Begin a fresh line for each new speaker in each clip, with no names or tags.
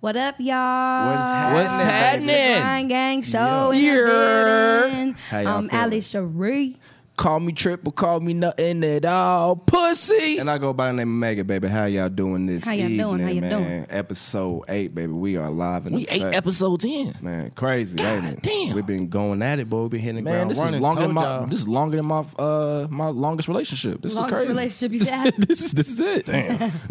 What up, y'all?
What is
What's
happening, baby?
happening?
Grind Gang Show in the
Yeah.
building.
How y'all
I'm
feeling?
Ali Cherie.
Call me triple, call me nothing at all. Pussy.
And I go by the name of Mega, baby. How y'all doing this
How y'all
evening,
doing? How y'all
man?
doing?
Episode eight, baby. We are live in
We
the
eight episodes in.
Man, crazy, ain't it?
damn.
We've been going at it, boy. We've been hitting the
Man,
ground
this
running.
is longer than
Told
my
y'all.
this is longer than my uh my longest relationship. This
Longest
is crazy.
relationship you've had.
this is this is it. Damn.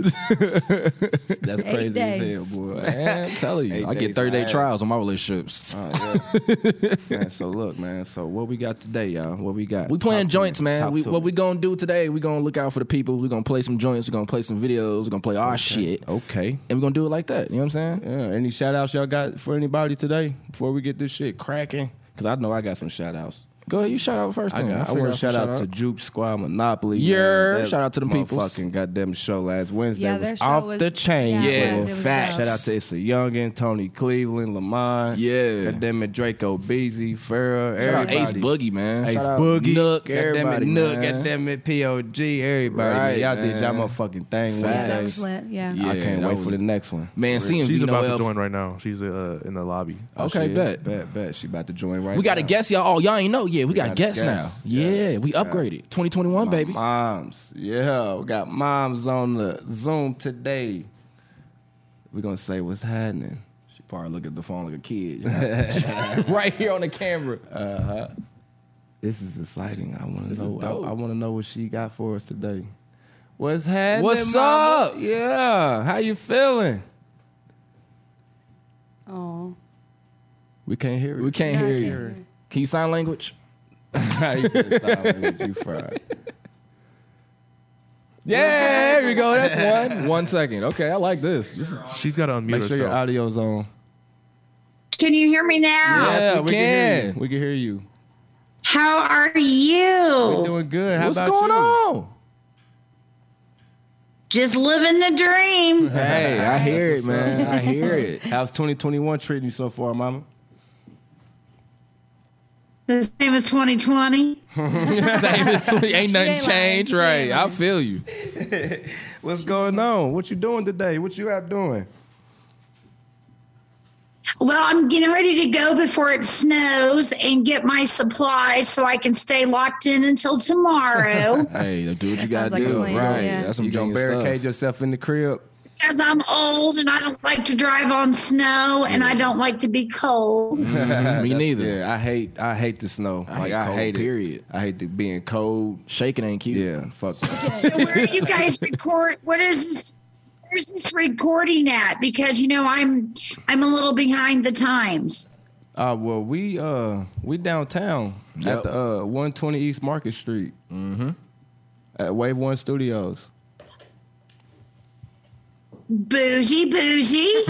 That's
Eight
crazy
days.
as hell, boy.
I'm telling you,
Eight
I
days
get thirty day
ass.
trials on my relationships.
Oh, yeah. man, so look, man. So what we got today, y'all? What we got?
We playing
Talk to
joints,
me.
man.
Talk
We,
to
what
me.
we gonna do today? We gonna look out for the people. We gonna play some joints. We gonna play some videos. We gonna play our shit, and
Okay.
we gonna do it like that. You know what I'm saying?
Yeah. Any shout outs y'all got for anybody today before we get this shit cracking? Because I know I got some shout outs.
Go ahead, you shout out first.
I,
then.
got, I
figure
want to
some
shout out to Juke Squad Monopoly.
Yeah,
man.
shout out to them peoples.
Fucking goddamn show last Wednesday
Yeah, their
was
show
off
was-
the chain.
yeah,
it Yeah, was. It
boy.
was facts. dope.
Shout out to Issa Youngin, Tony Cleveland, Lamont.
Yeah.
goddamn it, Draco Beezy, Farrah,
Shout out
everybody.
Ace Boogie, man.
Ace
Shout out
Boogie,
Nook,
goddamn it,
everybody,
Nook,
man.
goddamn it, Pog, everybody.
Right,
y'all did y'all
man.
motherfucking thing.
Facts.
That
Wednesday.
was lit. Yeah.
Yeah.
I can't
that
wait
was-
for the next one.
Man, seeing
She's
Vino
about to
Elf-
join right now. She's uh, in the lobby.
Okay,
She is.
bet.
Oh, bet, bet. She about to join right.
We got a
now.
guest, y'all. Oh, y'all ain't know. Yeah, we, got,
got a
guests
guest.
now.
Yes.
Yeah, we upgraded. 2021,
My
baby.
Moms. Yeah, we got moms on the Zoom today. We're gonna say what's happening.
She probably look at the phone like a kid. you know? right here on the camera.
This is exciting. I wanna know
is
I,
dope.
I wanna know what she got for us today. What's happening?
What's
mama?
up?
Yeah. How you feeling?
Oh.
We can't hear
we
you.
Yeah,
can't
I
hear
can't
you.
hear you.
Can you sign language?
He said, "Sorry, you fried."
Yeah, there we go. That's one. One second. Okay, I like this. This is
She's got to unmute
Make
herself.
sure your audio's on.
Can you hear me now?
Yes, we
hear
can.
you. we can hear you.
How are
We're
you?
doing good. How
Oh, what's
about
going
you?
on.
Just living the dream.
Hey, I hear
That's
it,
what's up.
man. I hear it.
How's 2021 treating you so far, mama?
The same as 2020.
Same as 20 ain't nothing
ain't lying.
changed,
She
right?
ain't
I feel you.
What's going on? What you doing today? What you out doing?
Well, I'm getting ready to go before it snows and get my supplies so I can stay locked in until tomorrow
Hey, do what you gotta
sounds like a
do,
plan,
right?
yeah.
That's some
You gonna
genius stuff.
barricade yourself in the crib?
because I'm old and I don't like to drive on snow and I don't like to be cold.
Me
That's-
neither.
Yeah, I hate I hate the snow.
I
like
hate
I
cold,
hate it.
period.
I hate the being cold.
Shaking ain't cute.
Yeah, fuck. that.
So where are you guys record? What is this? Where's this recording at? Because you know I'm I'm a little behind the times.
uh, well, we uh we downtown at
Yep.
the uh 120 East Market Street. Mm-hmm. At Wave One Studios.
Bougie, bougie.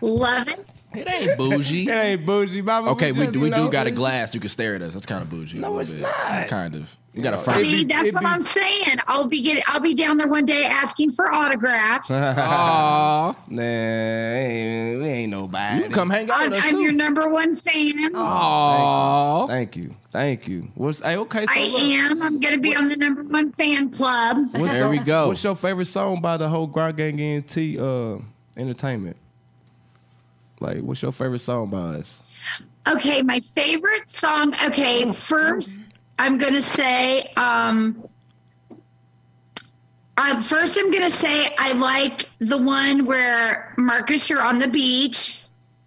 Love it.
It ain't bougie.
It ain't bougie, Bobby.
Okay, we,
just,
do-
you
we
know,
do got a glass. You can stare at us. That's kind of bougie.
No,
a little
it's
bit.
not.
Kind of. We got a
know,
front.
it-
See,
It'd be-
that's
it'd
what
be-
I'm saying. I'll be getting. I'll be down there one day asking for autographs. I'm,
Aw,
Nah, ain't, we ain't nobody.
you come hang out with us
I'm
too.
your number one fan.
Oh, Aw.
Thank you, thank you. What's hey, okay? So
I
look,
am. I'm going to be on the number one fan club.
What's
There we go.
What's your favorite song by the whole Grind Gang NT uh, entertainment? Like, what's your favorite song by us?
Okay, my favorite song. Okay, first I'm gonna say. um uh, First, I'm gonna say I like the one where Marcus, you're on the beach.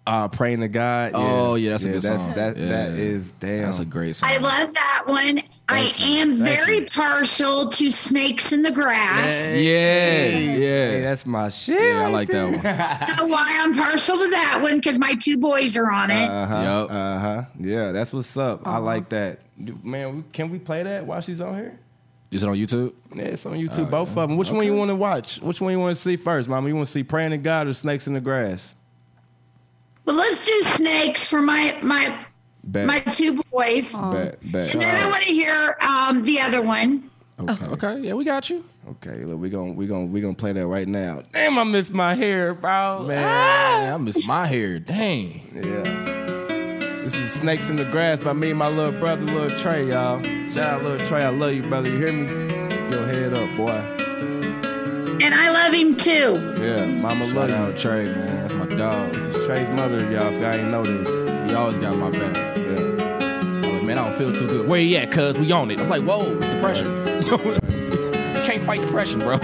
Uh, Praying to God.
Oh, yeah, that's a good
that's,
song.
That, that
Yeah.
is damn.
That's a great song.
I love that one. I am
Thank
very
you.
partial to snakes in the grass.
yeah,
Hey,
yeah.
that's my shit.
Yeah, I like that one.
I know why I'm partial to that one because my two boys are on it.
Uh huh.
Yup.
Uh huh. Yeah, that's what's up. I like that. Dude, Man, we- can we play that while she's on here?
Is it on YouTube?
Yeah, it's on YouTube. both of them. Which one
Uh, Okay.
you want to watch? Which one you want to see first, Mama? You want to see Praying to God or Snakes in the Grass?
But let's do snakes for my my
Bet.
my two boys,
bet. Bet.
and then I want to hear um, the other one.
Oh. Okay.
Okay, yeah, we got you.
Okay, look, we gon' we gon' we gonna play that right now. Damn, I miss my hair, bro. Ah!
Man, I miss my hair. Dang.
Yeah. This is Snakes in the Grass by me and my little brother, little Trey, y'all. Shout out, little Trey. I love you, brother. You hear me? Keep Your head up, boy.
And I love him too.
Yeah, mama
Shout out
love you.
Trey, man. That's my dog.
This is Trey's mother, y'all. If y'all ain't know this,
He always got my back.
yeah.
I'm like, man, I don't feel too good. Where you at, cuz? We on it. I'm like, whoa, it's depression. Can't fight depression, bro.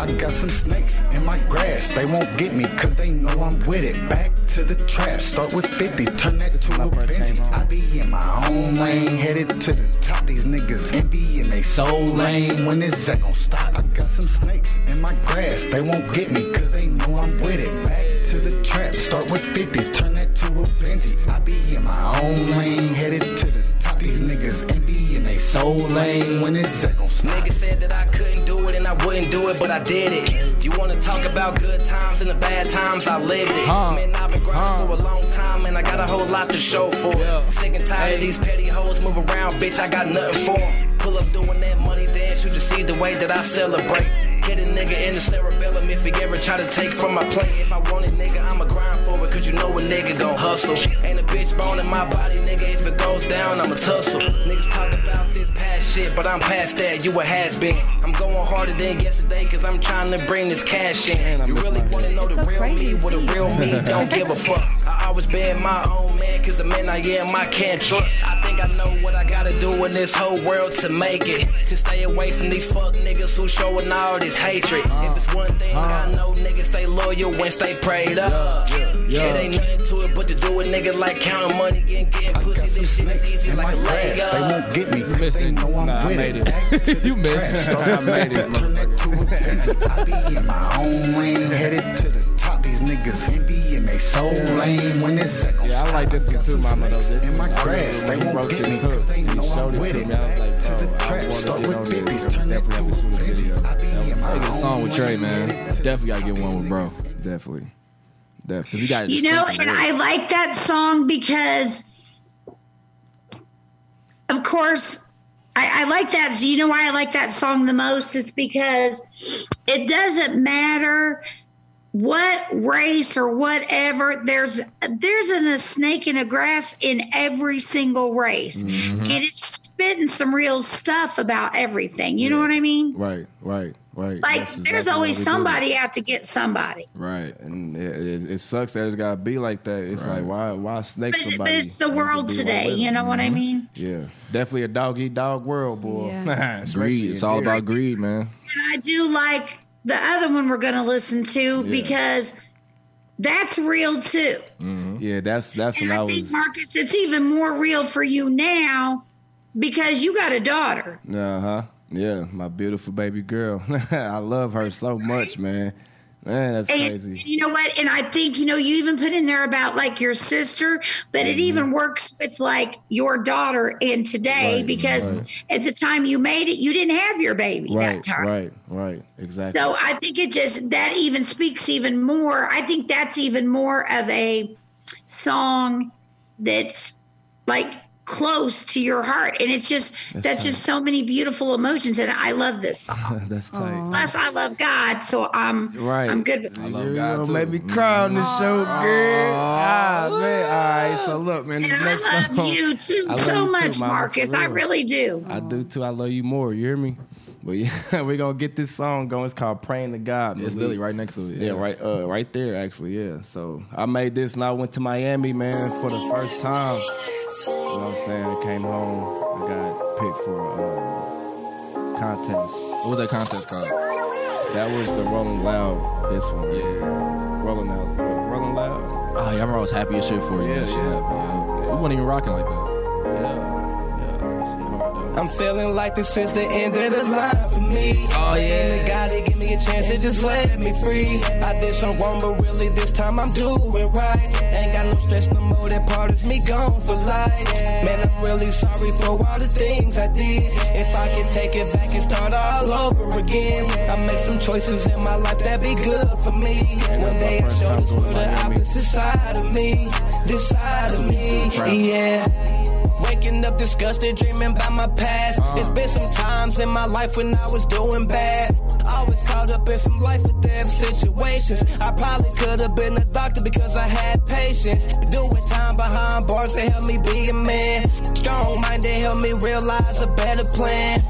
I got some snakes in my grass. They won't get me cause they know I'm with it. Back to the trap. Start with 50, turn that to a Benji. I be in my own lane, headed to the top. These niggas envy and they soul lane. When is that gon' stop? I got some snakes in my grass. They won't get me cause they know I'm with it. Back to the trap. Start with 50, turn that to a Benji. I be in my own lane, headed to the top. These niggas envy and they soul lane. When is that gon' stop?
Niggas said that I couldn't do it and I wouldn't do it, but I did it. You wanna talk about good times and the bad times, I lived it.
Huh.
Man, I've been grinding
Huh.
for a long time and I got a whole lot to show for
Yeah.
it. Sick and tired
Hey.
of these petty hoes move around, bitch, I got nothing for 'em. Pull up doing that money dance, you can see the way that I celebrate. Hit a nigga in the cerebellum if he ever try to take from my plate. If I want it, nigga, I'ma grind for it, cause you know a nigga gon' hustle. Ain't a bitch bone in my body, nigga, if it goes down, I'ma tussle. Niggas talk about this past shit, but I'm past that, you a has been. I'm going harder than yesterday, cause I'm trying to bring this cash in. you really wanna know the
It's so
real
crazy
me?
to
What a
see.
real me don't give a fuck. I always been my own man, cause the man I am, I can't trust. I think I know what I gotta do in this whole world to make it. To stay away from these fuck niggas who showing all this hatred. If it's one thing I
Uh-huh.
know, niggas stay loyal and stay prayed up. It ain't nothing to it but to do it, nigga, like counting money and getting
I got
pussy.
some
This shit is
snakes
easy
in
like
my
a leg
grass. They
up.
won't get me 'cause they
missed it.
know I'm
Nah, I
with
made
it.
it.
Back to
You
the
missed
trap,
it.
start
I made
with
it,
50, Turn that to a Benji. I be in my own lane, headed to the top. These niggas envy and they soul lane. When is that gon'
Yeah, I
stop?
like this
got
one too,
some
Mama. Though
snakes
this
in my
one, I
grass.
remember
They
when
won't
you
get
wrote
me
this up,
cause they
you
know I'm
showed it
with
to
it.
me, I was
Back
like,
to the
bro, I
trap,
wanna
start
get on
with
this.
50,
We
turn that to a
definitely have to shoot a
Benji.
video.
I be in my
I
own
get a song with Trey,
lane,
man.
headed to the
Definitely gotta
top.
get one with
These
bro.
niggas
Definitely,
Cause
definitely.
you gotta
You
just
know,
think
and
work.
I like that song because, of course, I, I like that. You know why I like that song the most? It's because it doesn't matter what race or whatever. There's there's an, a snake in the grass in every single race, and it's spitting some real stuff about everything. You know what I mean?
Right, right, right.
Like
That's
there's
exactly why
always
we do it.
somebody out to get somebody.
Right.
And it, it, it sucks that it's gotta be like that. It's
Right.
like why why snake
But,
somebody?
but it's the
when you
world
can be one
today.
with
You
them?
know what I mean?
Yeah, definitely a dog eat dog world, boy.
Yeah.
Especially
Greed. It's
in
all
here.
about greed, man.
I do like the other one we're going to listen to
Yeah.
because that's real too.
Hmm?
Yeah, that's that's
And
when I,
I think,
was.
Marcus, it's even more real for you now because you got a daughter.
Uh huh. Yeah, my beautiful baby girl. I love her so much, man. Man, that's
And
crazy.
you know what? And I think, you know, you even put in there about like your sister, but
Mm-hmm.
it even works with like your daughter in today
Right,
because
right.
at the time you made it, you didn't have your baby that
Right,
time.
right, right. Exactly.
So I think it just that even speaks even more. I think that's even more of a song that's like close to your heart, and it's just that's, just so many beautiful emotions, and I love this song.
that's tight.
Aw.
Plus, I love God, so I'm
Uh-huh. Right.
I'm good with
I
it.
love
You
God
gonna
too. Mm-hmm.
make me cry on this show, girl. Ah, man. All right, so look, man. This
And I
next
love
song,
you too
I love
so
you too,
much,
Mama, for
Marcus. I
real.
really do.
I do too. I love you more. You hear me? But yeah, we're gonna get this song going. It's called Praying to God.
It's
Malik.
literally right next to it.
Yeah, right uh right there actually, yeah. So I made this and I went to Miami, man, for the first time. You know what I'm saying? I came home, I got picked for a uh, contest.
What was that contest called?
That was the Rolling Loud this one.
Yeah.
Rolling Loud. Rolling Loud.
Oh, yeah, I was happy as shit for you.
Yeah,
that shit
yeah.
happened. yo.
Yeah.
We weren't even rocking like that.
Yeah. Yeah. Shit hard,
I'm feeling like this is the end of the line for me. Oh yeah, God, it give me a chance to just let me free. I did some wrong, but really this time I'm doing right. Ain't got no stress no more. That part is me gone for life. Man, I'm really sorry for all the things I did. If I could take it back and start all over again, I make some choices in my life that be good for me. One day I show this world the opposite side of me, this side of me. Yeah. Waking up disgusted, dreaming about my past. It's been some times in my life when I was doing bad. I was caught up in some life or death situations. I probably could have been a doctor because I had patience. Doing time behind bars to help me be a man. Strong minded helped me realize a better plan.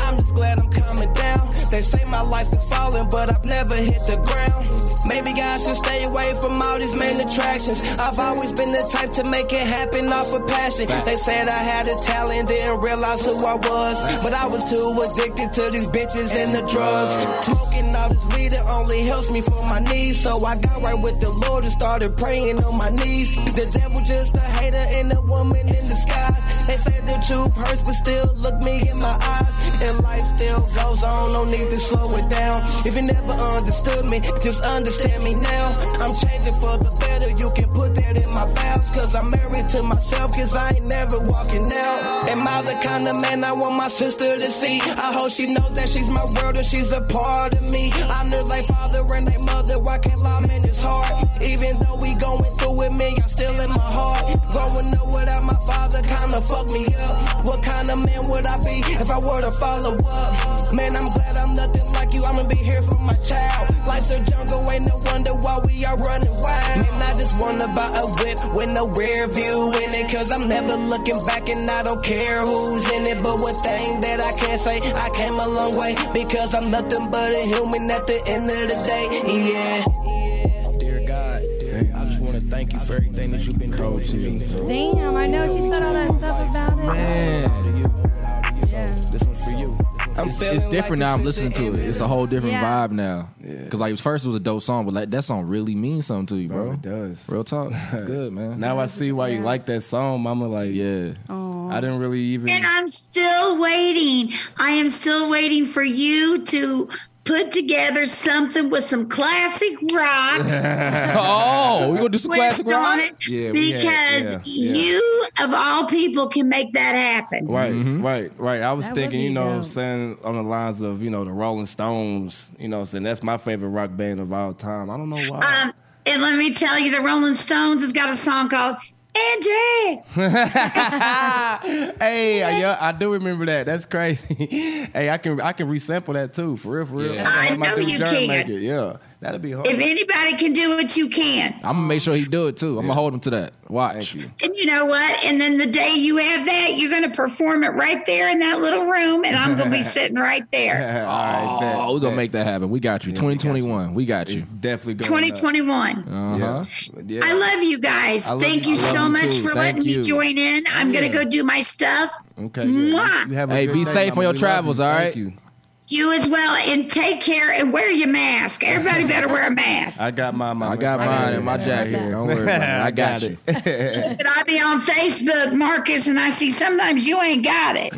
I'm just glad I'm coming down. They say my life is falling, but I've never hit the ground. Maybe I should stay away from all these main attractions. I've always been the type to make it happen off of passion. They said I had a talent, didn't realize who I was. But I was too addicted to these bitches and the drugs. Smoking all this weed, it only helps me for my knees. So I got right with the Lord and started praying on my knees. The devil just a hater and a woman in disguise. They say the truth hurts, but still look me in my eyes. And life still goes on, no need to slow it down. If you never understood me, just understand me now. I'm changing for the better, you can put that in my vows. Cause I'm married to myself, cause I ain't never walking out. Am I the kind of man I want my sister to see? I hope she knows that she's my world and she's a part of me. I'm their like father and they mother, I can't lie, man, it's hard. Even though we going through it, man, I'm still in my heart. Growing up without my father kinda fucked me up. What kind of man would I be if I were to follow up? Man, I'm glad I'm nothing like you. I'ma be here for my child. Life's a jungle, ain't no wonder why we are running wild. Man, I just wanna buy a whip with no rear view in it. Cause I'm never looking back and I don't care who's in it. But one thing that I can say, I came a long way. Because I'm nothing but a human at the end of the day. Yeah. Dear God, I just wanna thank you for everything that you've been doing to me.
Damn, I know she said all that stuff about it.
Man,
Yeah.
This one's for you. I'm
it's, it's different now. I'm listening to it. It's a whole different
Yeah.
vibe now. Cause like first it was a dope song, but like that song really means something to you,
Bro,
bro.
it does.
Real talk. It's good, man.
Now I see why you like that song, Mama. Like,
yeah.
I didn't really even.
And I'm still waiting. I am still waiting for you to put together something with some classic rock
oh, we gonna do some classic
twist on
rock.
it
Yeah, we had-
because
yeah, yeah.
you, of all people, can make that happen.
Right,
Mm-hmm.
right, right. I was
That would
thinking,
be
you know, what I'm
dope.
saying on the lines of, you know, the Rolling Stones. You know, what I'm saying that's my favorite rock band of all time. I don't know why.
Um, and let me tell you, the Rolling Stones has got a song called Angie.
hey, I, yeah, I do remember that. That's crazy. hey, I can I can resample that too, for real, for real.
Yeah.
That's how
I
my
know
dude
you
Jerm
can.
Make it. Yeah, that'd be hard.
If anybody can do it, you can.
I'm gonna make sure he do it too. I'm gonna hold him to that. Watch.
Thank you.
And you know what? And then the day you have that, you're going to perform it right there in that little room, and I'm going to be sitting right there.
All right,
Oh,
bet,
we're gonna
bet.
make that happen. We got you. 2021. We got you.
It's definitely going up.
2021.
Uh huh.
Yeah.
I love you guys.
I love
Thank
you.
you,
I love
so
you
much
too.
for
Thank
letting
you.
me join in. I'm going to go do my stuff.
Okay. good.
Mwah.
You have a
Hey,
good
be
day,
safe on
Mama.
your
We love you.
travels, all
Thank
right?
you.
You as well. And take care and wear your mask. Everybody better wear a mask.
I got my
I got mine in my jacket. Don't worry about it. I got you.
But I be on Facebook, Marcus, and I see sometimes you ain't got it.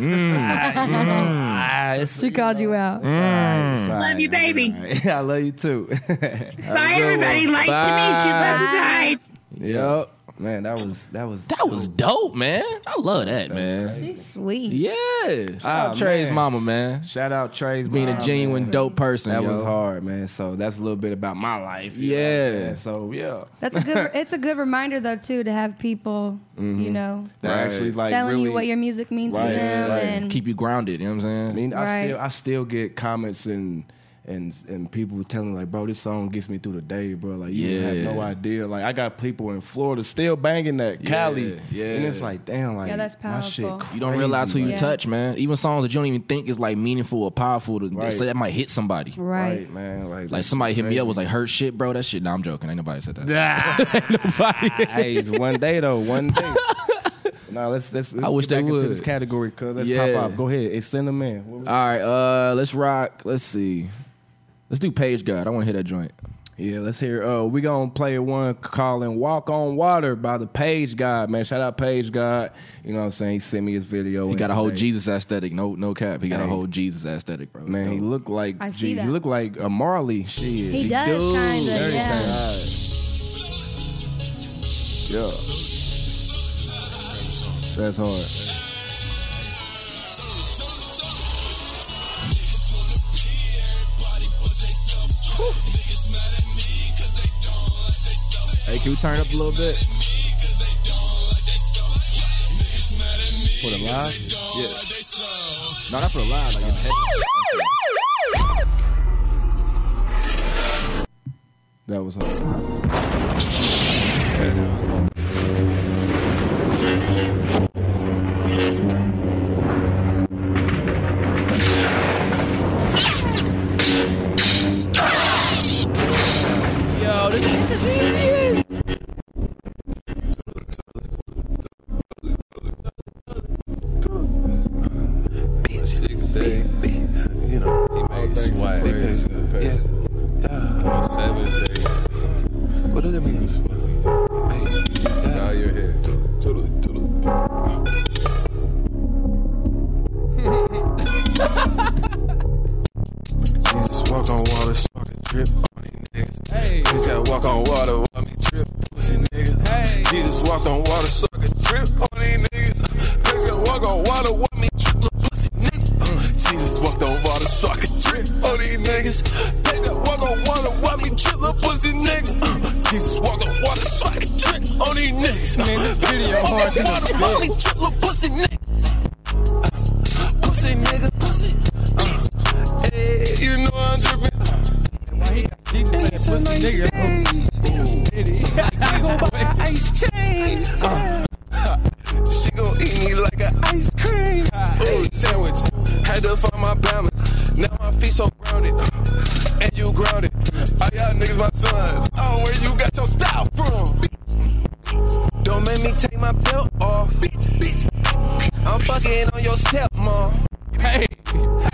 Ah,
She called you out.
Mm-hmm.
Hmm.
Love you, baby.
I love you too.
Bye, everybody. Nice to meet you. Love you guys.
Yep.
Man, that was that was
That was dope, man. I love that, man.
She's sweet.
Yeah. Shout out
Ah,
Trey's
man.
mama, man.
shout out Trey's
Being a
mom.
genuine dope person.
That
yo.
was hard, man. So that's a little bit about my life. you know what I'm
Yeah.
saying? So yeah,
That's a good. It's a good reminder though too to have people, you know,
that
Right.
actually Mm-hmm. like
telling
really,
you what your music means
Right,
to them
right.
and
Keep you grounded. You know what I'm
I
saying?
mean, I
Right.
still I still get comments and and and people telling me, like, bro, this song gets me through the day, bro. Like you
Yeah.
have no idea. Like I got people in Florida still banging that Cali,
yeah.
and it's like, damn, like
Yeah, that's
my shit
powerful.
You don't
crazy,
realize who you
like,
Yeah.
touch, man. Even songs that you don't even think is like meaningful or powerful, to,
Right.
so that might hit somebody.
right.
Right, man. Like,
Like
that's
somebody hit me
crazy.
up was like, "Hurt shit, bro." That shit. Nah, I'm joking. Ain't nobody said that.
hey, it's one day though, one day. nah, let's let's, let's
I
get
wish they
back into
would.
this category, cuz let's
Yeah.
pop off. Go ahead, it's send them in. What we-
All right, uh, let's rock. Let's see. Let's do Page God. I want to hear that joint.
Yeah, let's hear. Uh, we gonna play one calling "Walk on Water" by the Page God. Man, shout out Page God. You know what I'm saying? He sent me his video.
He
and
got a whole
today-
Jesus aesthetic. No, no cap. He got a
Hey.
whole Jesus aesthetic, bro. It's
Man, he
dope.
looked like
I see
gee,
that.
he looked like a Marley. Shit.
He does
do.
kind of,
Very
yeah.
Yeah. That's hard.
Hey, can we turn it up a little bit? For the live? Yeah. No, not for the live. Like it's heavy.
That was hard.
serious?
Six day, you know, he
oh,
made swag. Yeah, On seventh day, what did it mean? Was fucking out your head, totally, totally. Jesus walk on water, so I can drip on these niggas.
Hey.
Niggas gotta walk on water, while me drip, pussy niggas.
Hey.
Jesus walked on water, so I could drip on these niggas. Niggas gotta walk on water, want me drip, little pussy niggas.
Mm.
Jesus walked on water, so I could drip on these niggas. Niggas gotta walk on water, want me drip, little pussy niggas. Jesus walked on water, so I could drip on these niggas.
Man, this video hard to
Niggas gotta walk on water, want me drip, little pussy niggas. Pussy nigga, pussy. Uh, hey, you know I'm dripping. It's a nice day. I go buy an ice chain. Uh, she gon' eat me like an ice cream. Ooh, sandwich. Had to find my balance. Now my feet so grounded. uh, And you grounded. All y'all niggas my sons. Oh, where you got your style from? Don't make me take my belt off. Bitch, bitch. I'm fucking on your stepmom.
Hey,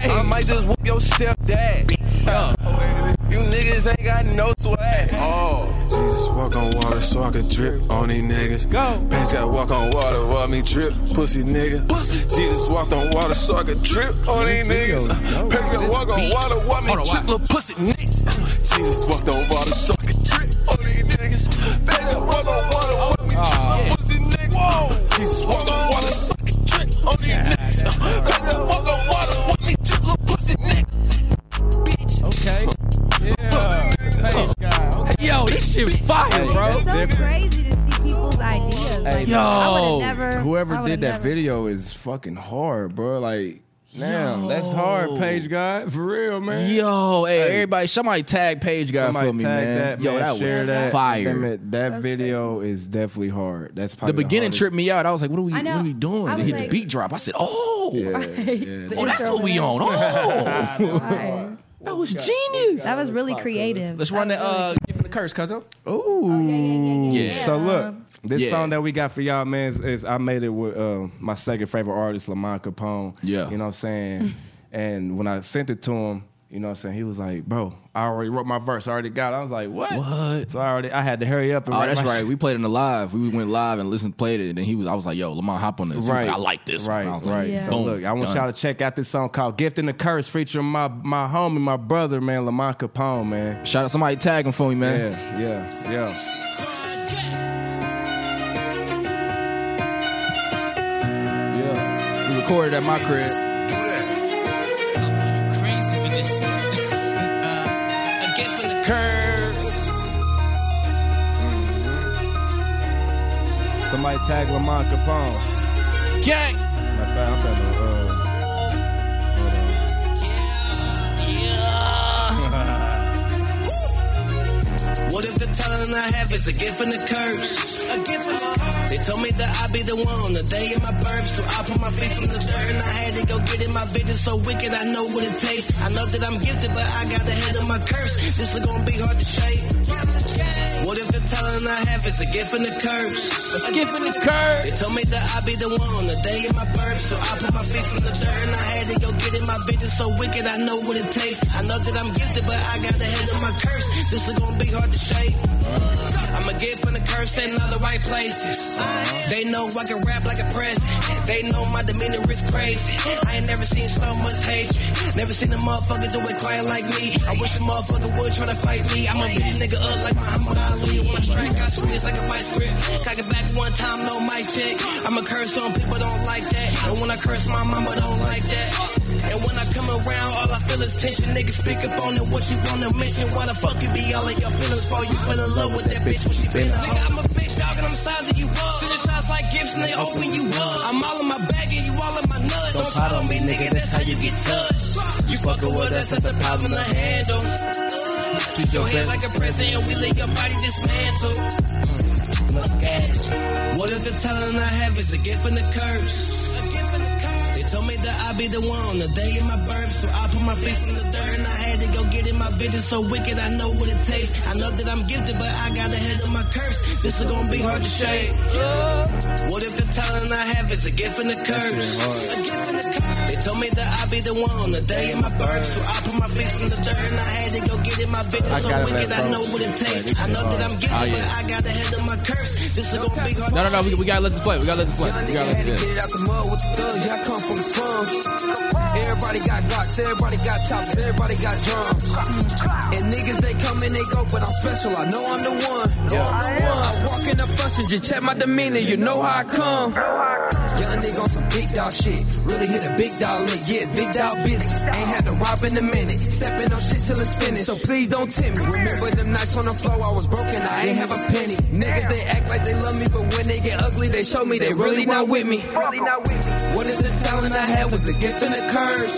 hey.
I might just whoop your stepdad.
Yeah.
You niggas ain't got no swag. Oh. Jesus walk on water so I could drip on these niggas.
Go.
Pants gotta walk on water while me drip, pussy nigga. Pussy. Jesus walked on water so I could drip on these niggas. Pants gotta
This
walk on
beat.
water while me
Hold on,
drip,
why?
little pussy niggas. Jesus walked on water so I could drip on these niggas. Pants gotta walk on water while me drip,
shit.
little pussy niggas. Jesus walked on water so I could drip on these niggas. Pants gotta walk on water while me drip, little pussy niggas. Bitch.
Okay. Yeah. Hey. Yo, this shit was fire, bro.
It's so crazy to see people's ideas. Like,
Yo.
I would've never. I
Whoever
would've
did that
never.
video is fucking hard, bro. Like, damn, that's hard,
Yo.
Page God. For real, man.
Yo, hey,
Hey.
everybody, somebody tag Page Guy
Somebody
for me,
tag
man.
That,
Yo,
man.
that
Share
was
that. Damn
fire.
it, That,
That was
video is definitely hard. That's
The
probably
beginning tripped me out. I was like, what are we,
I
what
know.
are we doing?
I
They
was
hit the
like-
beat drop. I said, oh,
The
oh that's
intro
what we
was-
on. Oh,
Right.
that was genius.
That was really creative.
Let's run
was
that uh,
really-
gift from the curse, cuzzo.
Ooh.
yeah,
yeah, yeah.
So look, this
Yeah.
song that we got for y'all, man, is, is I made it with uh, my second favorite artist, Lamont Capone.
Yeah.
You know what I'm saying? and when I sent it to him, you know what I'm saying, he was like, bro, I already wrote my verse, I already got it. I was like, what?
What?
So I already I had to hurry up and
Oh,
write
that's
my
right.
shit.
We played in the live. We went live and listened, played it, and then he was. I was like, "Yo, Lamont, hop on this." He was
Right.
like, I like this.
Right,
one. I was
right.
Like,
Yeah.
So
Boom.
look, I want
Done.
y'all to check out this song called "Gift and the Curse" featuring my my homie, my brother, man, Lamont Capone, man.
Shout out somebody tag him for me, man.
Yeah, yeah, yeah. Yeah.
We recorded at my crib.
crazy for this. uh, a gift from the curves.
Somebody tag Lamont Capone.
Gang.
Matter of fact, I'm finna, uh, hold on.
What if the talent I have is a gift and a curse? A gift from the curse. They told me that I'd be the one on the day of my birth, so I put my feet in the dirt and I had to go get it. My vision so wicked, I know what it takes. I know that I'm gifted, but I got the head of my curse. This is gonna be hard to shake. What if the talent I have is a gift and a curse? A gift and a curse. They told me that I'd be the one on the day of my birth, so I put my feet in the dirt and I had to go get it. My vision so wicked, I know what it takes. I know that I'm gifted, but I got the head of my curse. This is gonna be hard to shake. I'm a gift from the curse and all the right places. They know I can rap like a president. They know my demeanor is crazy. I ain't never seen so much hatred. Never seen a motherfucker do it quiet like me. I wish a motherfucker would try to fight me. I'ma beat a nigga up like Muhammad Ali. One strike, I squeeze like a vice grip. Cock it back one time, no mic check. I'ma curse on people don't like that. And when I curse, my mama don't like that. And when I come around, all I feel is tension. Niggas speak up on it, what you wanna mention. Why the fuck you be all in your feelings for? You fell in love with that bitch when she been a hoe. I'm a big dog and I'm sizing you up. Send shots like gifts and they open you up. I'm all in my bag and you all in my nuts. Don't follow me, nigga, that's how you get touched. You fuckin' with us, that's a problem to handle. Keep your head like a prison and we let your body dismantle. Mm, Look at it. What if the talent I have is a gift and a curse? They
Told me that I'd be the one on the day of my birth, so I put my face in the dirt and I had to go get in my vision so wicked. I know what it takes. I know that I'm gifted, but I got ahead of my curse. This is gonna be hard to shake. What if the talent I have is a gift and a curse? A gift and a curse. They told me that I'd be the one on the day of my birth, so I put my face in the dirt and I had to go get in my vision
I
so
gotta let
wicked. I
bro
know what it
speak,
takes.
like,
I know that
this is
I'm gifted,
Oh, yeah.
but I got ahead of my curse. This is gonna be hard.
No, no, no. We, we gotta let this play. We gotta let this play.
Y'all
We gotta
niggas
let
had to
this
get it out the mud with the thugs. Y'all come from the slums. Everybody got Glocks, everybody got chops, everybody got drums. And niggas, they come and they go, but I'm special. I know I'm the one. I walk in the function, just check my demeanor. You know how I come. Young nigga on some big dog shit. Really hit a big dog lick. Yeah, it's big dog business. Ain't had to rob in a minute. Stepping on shit till it's finished. So please don't tempt me. Remember them nights on the floor, I was broken. I ain't have a penny. Niggas, they act like they love me, but when they get ugly, they show me they really not with me. Really not with me. What if the talent I had was a gift and a curse?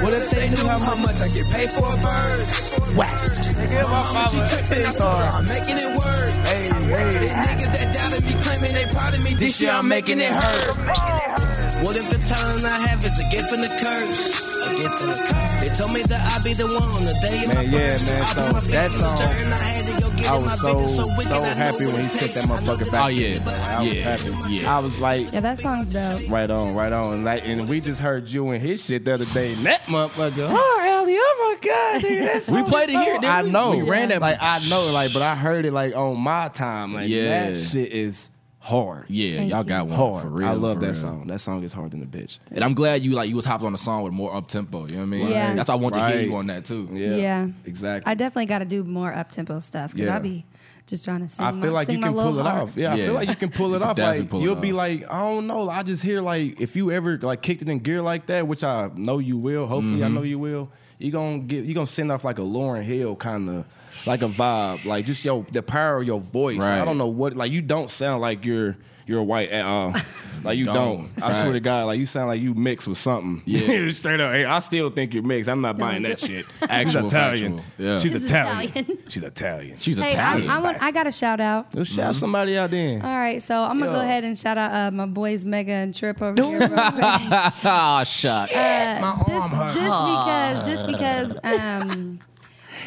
What if they knew how much I get paid for a verse? My mama, she trippin', I told her I'm making it work. Hey, hey. These niggas that doubted me, claiming they proud of me, this year I'm making it hurt.
What if the talent I have is a gift and a curse? A gift and a curse. They told me that I'd be the one on the day of
Man,
my
yeah,
birth.
man,
I put
so
my faith
that
in the
song,
dirt and I had to go get
I
in my
was so
business so wicked.
so
I know
happy
what it
when he took
takes.
that
I know
motherfucker
that
back.
Oh, yeah.
I was
Yeah.
happy.
Yeah.
I was like,
Yeah, that song's dope.
Right on, right on. And, like, and we just heard you and his shit the other day. And that motherfucker. Oh, Ellie, oh my God. Nigga, that
We
song
played
is
it here,
dope.
didn't
I
we?
know.
We ran that-
Like, I know, like, but I heard it, like, on my time. Like,
Yeah.
that shit is hard.
Yeah,
Thank
y'all
you.
got one
Hard.
for real.
I love
for
that
real.
song. That song is hard than a bitch.
and I'm glad you like you was hopping on a song with more up tempo. You know what I mean?
Yeah.
That's why I want to hear
Right.
you on that too.
Yeah.
Yeah.
Exactly.
I definitely got to do more up tempo stuff because
Yeah.
I'll be just trying to sing.
I
my,
feel like
sing
you
my
can
little
pull it
heart.
off. Yeah, I
Yeah.
feel like you can pull it
You
off.
definitely
Like
pull it
you'll be
off.
like, I don't know. I just hear like if you ever like kicked it in gear like that, which I know you will. Hopefully,
Mm-hmm.
I know you will. You gonna get you gonna send off like a Lauren Hill kind of like a vibe, like just your the power of your voice. I
Right.
don't know what like you don't sound like you're you're white at all. Like you don't.
Don't.
I swear to
Facts.
God, like you sound like you mixed with something.
Yeah.
straight up. Hey, I still think you're mixed. I'm not buying that shit.
Actual,
She's Italian.
factual. Yeah.
She's
She's
Italian.
Italian.
She's Italian.
She's
Hey,
Italian.
I, I want. I got a shout out.
Let's shout somebody out then.
All right, so I'm gonna
Yo.
go ahead and shout out uh, my boys Mega and Trip over here. real quick.
ah, shot.
Uh, just, just because, just because. Um,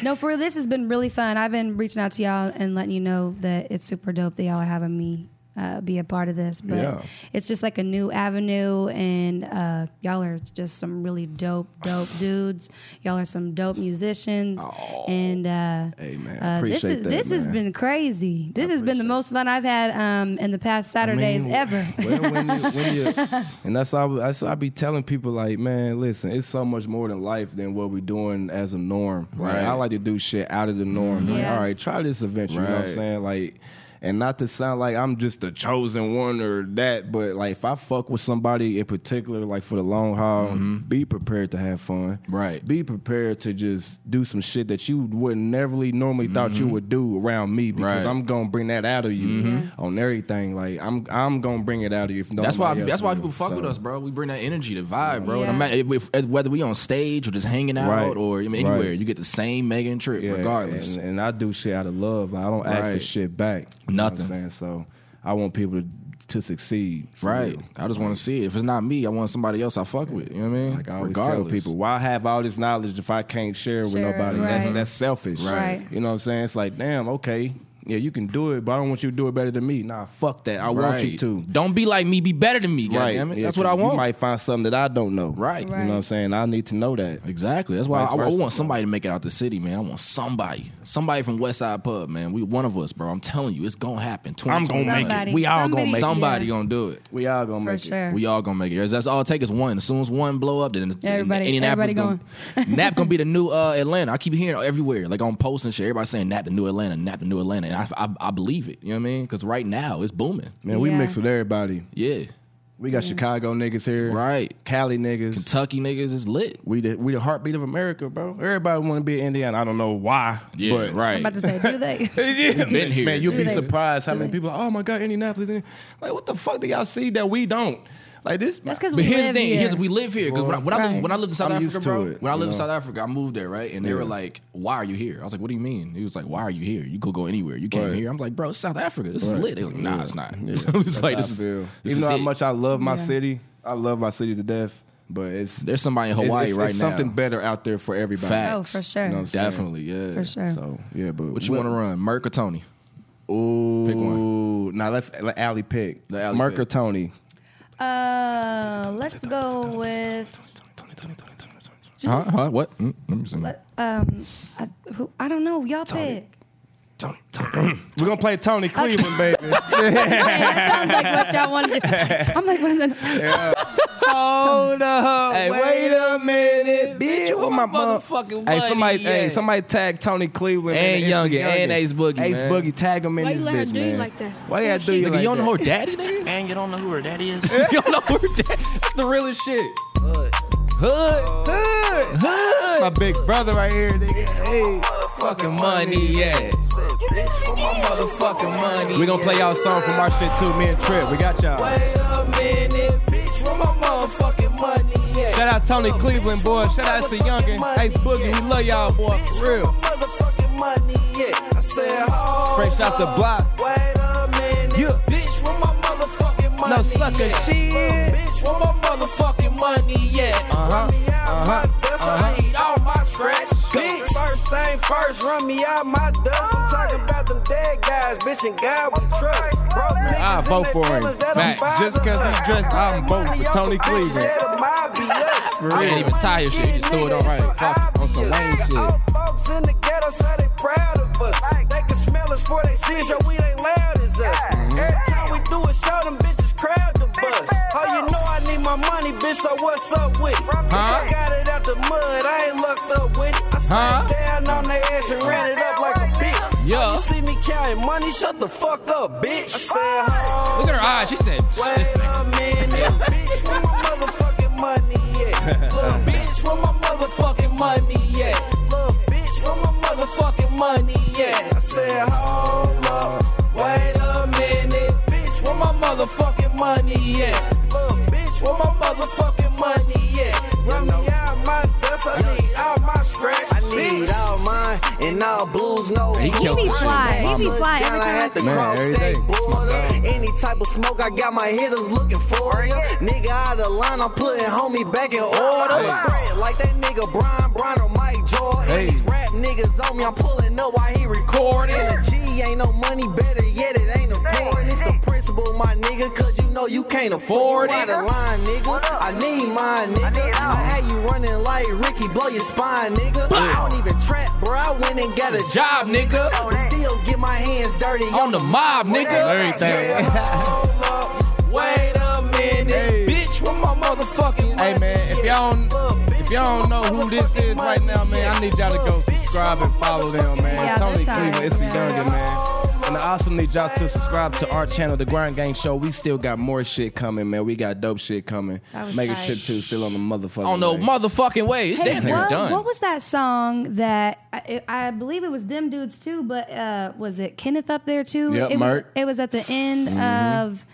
no, for real, this has been really fun. I've been reaching out to y'all and letting you know that it's super dope that y'all are having me uh, be a part of this. But
Yeah.
it's just like a new avenue, and uh, y'all are just some really dope, dope dudes. Y'all are some dope musicians, and uh,
Hey, man,
uh, this
appreciate
is
that,
this has
man.
been crazy. This has been the most fun I've had um, in the past Saturdays
mean,
ever.
well, when you- when you- and that's why I, was- that's why I be telling people like, man, listen, it's so much more than life than what we're doing as a norm. Like,
Right.
I like to do shit out of the norm. Like,
Yeah.
all right, try this adventure. You know what I'm
Right.
saying? Like. And not to sound like I'm just the chosen one or that, but like if I fuck with somebody in particular, like for the long haul, be prepared to have fun.
Mm-hmm. Right.
Be prepared to just do some shit that you would never normally thought
Mm-hmm.
you would do around me because
Right. Mm-hmm.
I'm gonna bring that out of you on everything. Like I'm, I'm gonna bring it out of you. If
That's why.
nobody else
That's why
will.
people fuck
So,
with us, bro. We bring that energy, the vibe, bro.
Yeah.
No matter if, if- whether we on stage or just hanging out
Right.
or I mean,
Right.
anywhere, you get the same Megan trip
yeah,
regardless.
and, and I do shit out of love. Like, I don't ask for
Right.
shit back. You know what I'm
Nothing.
saying? So I want people to to succeed. for
right.
real.
I just want to see it. if it's not me, I want somebody else I fuck with. You know what I mean?
Like I always tell people, why have all this knowledge if I can't share it with
Share it,
nobody? That's
right.
that's selfish.
Right.
You know what I'm saying? It's like, damn, okay. Yeah, you can do it, but I don't want you to do it better than me. Nah, fuck that. I want you
Right.
to.
Don't be like me. Be better than me.
Right.
goddammit.
Yeah,
That's what I
'cause
want.
You might find something that I don't know.
Right.
You know what I'm saying? I need to know that.
Exactly. That's why I,
Vice
I
versa.
want somebody to make it out the city, man. I want somebody, somebody from West Side Pub, man. We one of us, bro. I'm telling you, it's gonna happen.
I'm gonna make it.
Somebody-
We all gonna
somebody-
make it.
Somebody
yeah,
gonna do it.
We all gonna
for
make it.
sure.
We all gonna make it. That's all it takes is one. As soon as one blow up, then it's-
Everybody-
Indianapolis
everybody
gonna, Nap gonna be the new uh, Atlanta. I keep hearing it everywhere, like on posts and shit. Everybody saying Nap the new Atlanta, Nap the new Atlanta, and I, I, I believe it. You know what I mean? Because right now it's booming.
Man, we
Yeah.
mix with everybody.
Yeah,
We got Chicago niggas here.
right.
Cali niggas.
Kentucky niggas is lit.
We the we the heartbeat of America, bro. Everybody want to be in Indiana. I don't know why.
Yeah,
but
I'm
right.
about to say, do they?
Yeah,
been here.
Man, you'll
Do
be
they-
surprised how
do
many
they-
people. Are, oh my God, Indianapolis! Like, what the fuck do y'all see that we don't? Like this,
That's because we
But here's the
live
thing.
here.
Here's we live here because when I, when, I
Right.
lived, when I lived in South
I'm
Africa,
used to
bro,
it,
when I
you
lived in
know.
South Africa, I moved there, right? And they were
Yeah.
like, "Why are you here?" I was like, "What do you mean?" He was like, "Why are you here? You could go anywhere. You came
Right.
here." I'm like, "Bro, it's South Africa. This is
Right.
lit." They was like, "Nah, it's not."
Yeah,
So it's
that's
like
how
this
I
is
feel.
this
Even
is
though how
it.
much I love my
Yeah.
city, I love my city to death. But it's
There's somebody in
it's-
Hawaii
it's,
right
it's
now.
Something better out there for everybody.
Facts.
oh, for sure.
You know what I'm saying?
Definitely, yeah.
For sure.
So yeah, but
What you want to run, Merc or Tony?
Ooh,
Pick
Now let's let Allie pick.
Let Allie
Merc
pick.
or Tony?
Uh, let's go with.
Huh? Huh? What? Mm, let me see.
Um, I, who, I don't know. Y'all pick.
Tony, Tony.
We're gonna play Tony Cleveland, baby.
Hey, that sounds like what y'all want to do. I'm like, what is that?
Hold up,
Hey, wait
a minute, bitch.
where
Where my
my
mother-
motherfucking
Hey,
money
somebody, hey,
at?
somebody tag Tony Cleveland
And
man,
Youngin, and Ace Boogie,
Ace
man.
Boogie, tag him in
Why you
this
let her
bitch,
do you
man.
like that?
Why you gotta do you
Nigga,
like
you don't
that?
know her daddy, nigga.
And you don't know who her daddy is?
you don't know her daddy. That's the realest shit. Hood,
Good.
hood,
My big brother right here, nigga. Hey.
fucking money, yeah. Motherfucking money.
We gonna play y'all a song from our shit too, me and Trip. We got y'all.
Wait a minute, bitch, where my motherfucking money at?
Shout out Tony Cleveland, boy. Shout out to Youngin, Ace Boogie. We love y'all, boy, for real.
Motherfucking money, yeah. I said, oh,
Fresh out the block.
wait a minute.
Yeah.
Bitch, where my motherfucking money
No sucker
at?
shit.
Bitch, where my motherfucking money at?
Uh
Run me out
Uh-huh.
my dust, I need all my scratch. Bitch, first thing first, run me out my dust. I'm talking about them dead guys, bitch, and God we trust. Broke niggas
I vote
in
for
their
him.
feelings, that
Facts.
don't
Just 'cause he
bother
dressed,
us.
I'm voting for
Money off
Tony
the bitches
Cleveland.
that'll mind be us.
I ain't
real.
even tie your shit. Just throw it on.
Right, fuck it, on some lame shit.
All folks in the ghetto say they proud of us. They can smell us before they see us, yo, we ain't loud as us.
Mm-hmm.
Every time we do a show, them bitches crowd the bus. Oh, you know I need my money, bitch, so what's up with it? Bitch, I got it out the mud, I ain't lucked up with it. I stayed
Huh?
down on their ass and ran it up like a bitch.
Yeah.
Oh, you see me counting money, shut the fuck up, bitch. I said, huh?
Look at her eyes. She said,
Wait a minute, bitch, where my motherfucking money at? Little bitch, where my motherfucking money at? Little bitch, where my motherfucking money at? I said, hold up, wait a minute, bitch, where my motherfucking money at? Little bitch, where my motherfucking money at? Run me out my dust, I need all my scratch. I need all mine and all blues, no
He
He
killed
be
that shit.
fly. He be fly every time
I had
I
to
see him.
cross
every
state
day.
border. Any type of smoke, I got my hitters looking for ya. Nigga out of line, I'm putting homie back in order.
Hey.
Threat like that nigga Brian Brian or Mike Jordan.
Hey.
These rap niggas on me, I'm pulling up while he recording. And the G ain't no money, better yet it ain't important. It's the principle, my nigga, cause you know you can't afford it. Out of line, nigga. I need mine, nigga. I had you running like Ricky, blow your spine, nigga. I don't even trap, bro. I went and got a job.
Job, nigga.
But still get my hands dirty
On the mob, nigga. Wait a
Hey.
minute, bitch, where my motherfucking money
Hey man, if y'all don't, if
If
y'all don't know who this is right now, man, I need y'all to go subscribe and follow them, man.
Yeah,
Tony
that's all right.
Cleveland, it's the
Yeah.
youngin, man. And I also need y'all to subscribe to our channel, The Grind Gang Show. We still got more shit coming, man. We got dope shit coming.
That was
Mega
tight.
Trip 2 still on the motherfucker.
on no motherfucking way. It's
Hey,
damn near
what,
done.
what was that song that I, I believe it was them dudes too? But uh, was it Kenneth up there too?
Yep,
it, was,
Merc.
it was at the end of.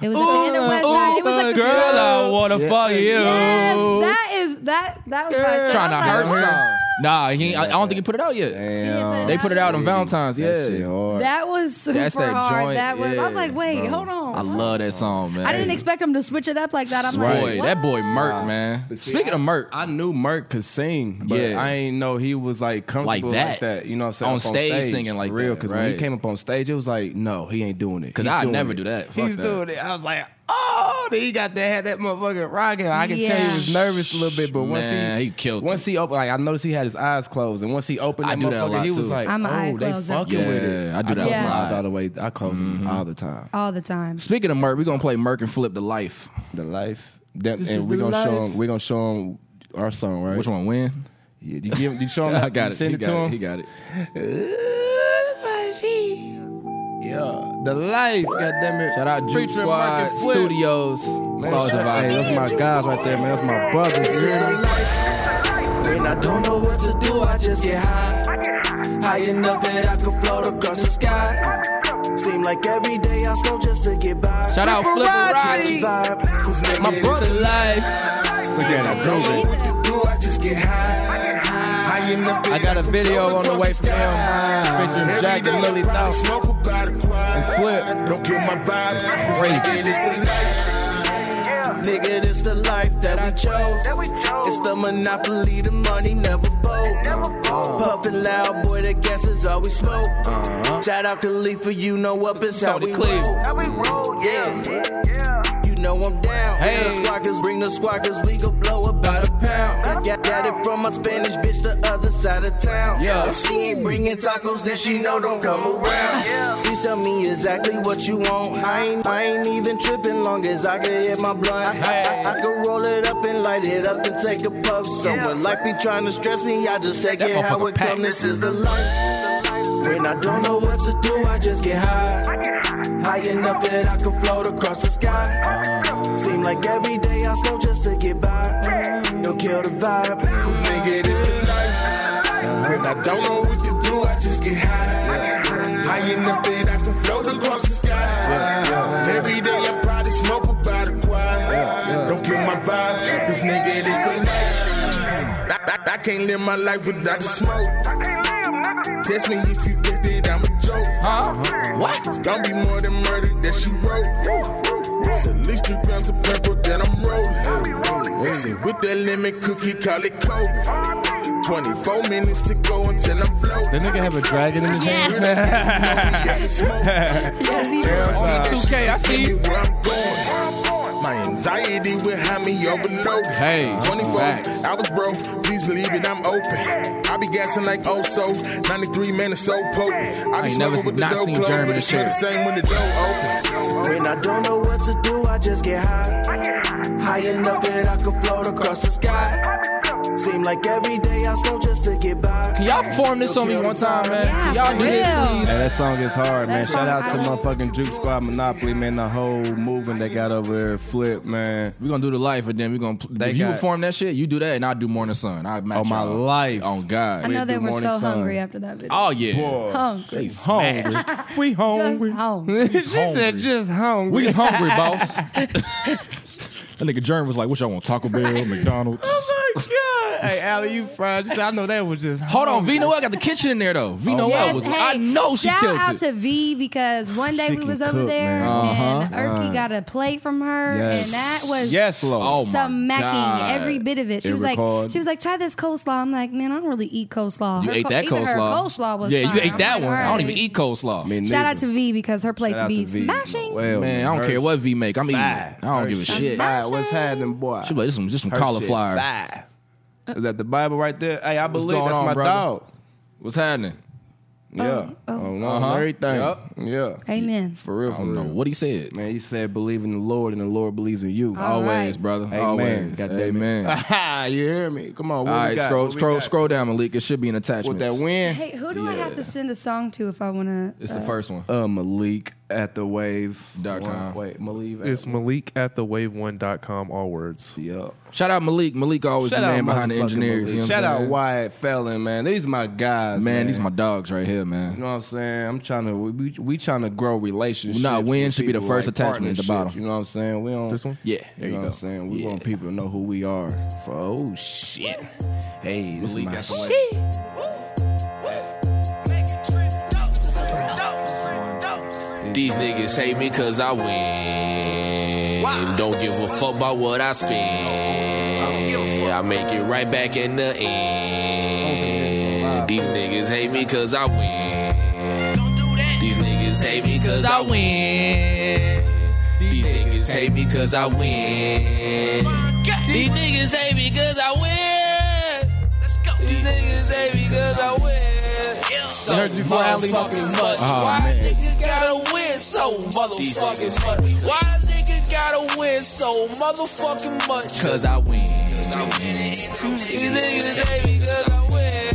It was at the end of West Side. It was like the
Oh, girl, I wanna fuck you.
Yes, that is that that was what I said.
Trying to
I
hurt
was like,
some. Nah, he. ain't- I, I don't think he put it out yet.
Damn.
They put it out on Valentine's. Yeah,
That shit hard.
That was super
That's that
hard.
joint,
that was. I was
yeah,
like, wait,
bro.
hold on.
I love that song, man.
I didn't expect him to switch it up like that. I'm like,
Boy, that boy Merc,
Nah.
man.
But see,
Speaking
I-
of Merc,
I knew Merc could sing, but
Yeah.
I ain't know he was like comfortable like that.
that.
You know what I'm saying?
On
Up
stage singing like
for real.
that,
Because when he
right.
came up on stage, it was like, no, he ain't doing it.
'Cause
He's
I'd
doing
never
it.
do that. Fuck
He's
that.
doing it. I was like, oh, then he got that had that motherfucking rocking. I can tell
Yeah.
he was nervous a little bit, but once
Man,
he
he killed
once he opened, like I noticed he had his eyes closed, and once he opened,
I
that
do that a
motherfucker,
lot,
he was
too.
like,
I'm a eye
oh, they
closer.
fucking with it.
Yeah, I do that Mm-hmm.
close
a
my
lot.
eyes all the way. I close them all the time.
all the time.
speaking of Merc, we gonna play Merc and Flip the Life.
The life, Them-
This is
and we're
the
gonna show
life.
him. We're gonna show him our song, right?
Which one win?
Yeah, you, give, you show him.
I
that?
got
You
it.
Send
he
it
got
to
it.
him.
He got it.
Yeah, the life, goddammit.
Shout out
Free
Juke
Trip
Squad
Market Flip.
Studios.
Man,
Solid
shout-
Vibe.
hey, that's my guys right there, man. That's my brothers. you hear me?
And I don't know what to do, I just get high. High enough that I could float across the sky.
Seem like every day I smoke just to get by.
Shout out Flipperati.
Vibe, who's
My
making
brother
it
live.
Look at that grooving.
to- Do I just get high? High in the
I got a video on the way from him featuring
Every
Jack
day
and
I
Lily
probably
Thought.
smoke about a quad.
Flip.
Don't kill my vibe. This
Crazy.
nigga, this the life. Nigga, this the life that I chose. It's the monopoly, the money never fold. Puffin' loud, boy, the gas is always smoke. Shout out Khalifa, you know what is Uh-huh. how
Tony
we
Cleave.
roll. How we roll, yeah. You know I'm down.
Hey.
Bring the squawkers, bring the squawkers, we go blow about a pound. I got, got it from my Spanish bitch the other side of town.
Yeah.
If she ain't bringing tacos, then she know don't come around. Please tell me exactly what you want. I ain't, I ain't even tripping long as I can hit my blunt. I, I, I can roll it up and light it up and take a puff. So when life be trying to stress me, I just take
That
it how
motherfucker
it come.
packed.
This is the life. When I don't know what to do, I just get high. High enough that I can float across the sky. Seem like every day I smoke just to get by. Don't kill the vibe. Cause nigga, this the life. When I don't know what to do, I just get high. High enough that I can float across the sky. Every day I probably smoke about a quad. Don't kill my vibe. Cause nigga, this the life. I, I, I can't live my life without the smoke. Test me if you think that I'm a joke.
Huh? What?
It's gonna be more than murder that she wrote. It's at least three grams of purple that I'm rolling. Mix it with that lemon cookie, call it coke. 24 minutes to go until I'm floating.
That nigga have a dragon in his hand.
Yes, he did.
Only 2K, I see you.
Where I'm going. My anxiety will have me overloaded.
Hey,
24,
facts.
I was broke. Please believe it, I'm open. I be gassing like oh so. 93 man is so potent. I be
ain't never
smoking with
not
the door
seen
closed.
Jeremy this
Smell the same when the door open. When I don't know what to do, I just get high. High enough that I can float across the sky. Seem like every day I smoke just to get by.
Can y'all perform this on me one time, man?
Yeah,
Can y'all
for
do
real.
this,
Hey, that song is hard, man.
That
Shout
song-
out to
I love-
motherfucking Juke Squad Monopoly, man. The whole movement they got over there, flip, man.
We're gonna do the life, and then we're gonna.
They
if you
got-
perform that shit, you do that, and I'll do Morning Sun. I match
Oh, my
y'all.
life.
Oh God.
I know they
Good
were
morning,
so
son.
hungry after that video.
Oh yeah.
hungry.
They
Hungry. we hungry.
Just hungry.
she said
Hungry.
just hungry.
We hungry, boss. that nigga Jerm was like, "Wish I want Taco Bell, McDonald's."
Oh,
Oh my god. Hey, Allie, you fried. She said, I know that was just
Hold on, V Noel got the kitchen in there though. V Noel
Yes,
was.
hey,
I know she
shout
killed
out
it. Uh-huh.
to V because one day
She
we
can
was over
cook,
there
man.
and Erky got a plate from her
Yes.
and that was
Yes, Lord.
Oh, my
smacking
God.
every bit of it. She
It
was like
recalled.
she was like try this coleslaw. I'm like man I don't really eat coleslaw.
You
Her
ate
co-
that
even
coleslaw.
Her coleslaw was
yeah,
fine.
you ate
I'm
that
like,
one. I
all
don't
right.
even eat coleslaw.
Me
Shout out
neither.
to V because her plate
Shout
to
out
be
to V.
smashing.
Well,
Man, I don't
her
care what V make. I'm eating.
fire.
it. I don't
Her
give a
shit
shit.
fire. What's happening, boy?
She be like, this some, this some
Her
cauliflower.
shit fire. Is that the Bible right there? Hey, I believe
going
that's
on,
my
brother?
dog.
What's happening?
Yeah. Oh, no,
Uh-huh.
everything.
Yup.
Yeah.
Amen.
For real,
I
for
don't know
real.
what he said.
Man, he said, believe in the Lord and the Lord believes in you.
All
Always,
right.
brother.
Amen.
Always.
God damn it.
Amen. All
you hear me? Come on. What we
right,
got?
scroll,
What we
scroll,
got?
scroll down, Malik. It should be an attachment.
With that win,
Hey, who do I have to
Yeah.
send a song to if I want
It's
to?
the first one.
uh, Malik at the wave.
Dot com.
Wait, Malik. At
It's Malik at the wave1.com, all words.
yeah.
Shout out Malik. Malik always the man behind the
motherfucking
engineers.
Malik.
You know what
Shout
I'm
out
saying?
Wyatt Felon, man. These my guys,
Man,
man.
these my dogs right here,
You
man.
know what I'm saying? I'm trying to we, we, we trying to grow relationships.
Nah, win
with
should be the
people,
first attachment at the
partnerships,
bottom.
You know what I'm saying? We don't.
This one?
Yeah, there
you
you,
know
go.
what I'm saying? We
Yeah.
want people to know who we are. For, oh shit! Hey, this is my shit.
These niggas hate me cause I win. Don't give a fuck about what I spend. I make it right back in the end. These niggas hate me cause I win. These niggas hate me cause I win. These niggas hate me cause I win. These niggas hate me cause I win. These niggas hate me cause I win. So
heard you before, Ali?
motherfucking much.
Oh,
Why
man.
niggas gotta win so motherfucking much? Why niggas gotta win so motherfucking much? Cause I win. These niggas hate me cause I win.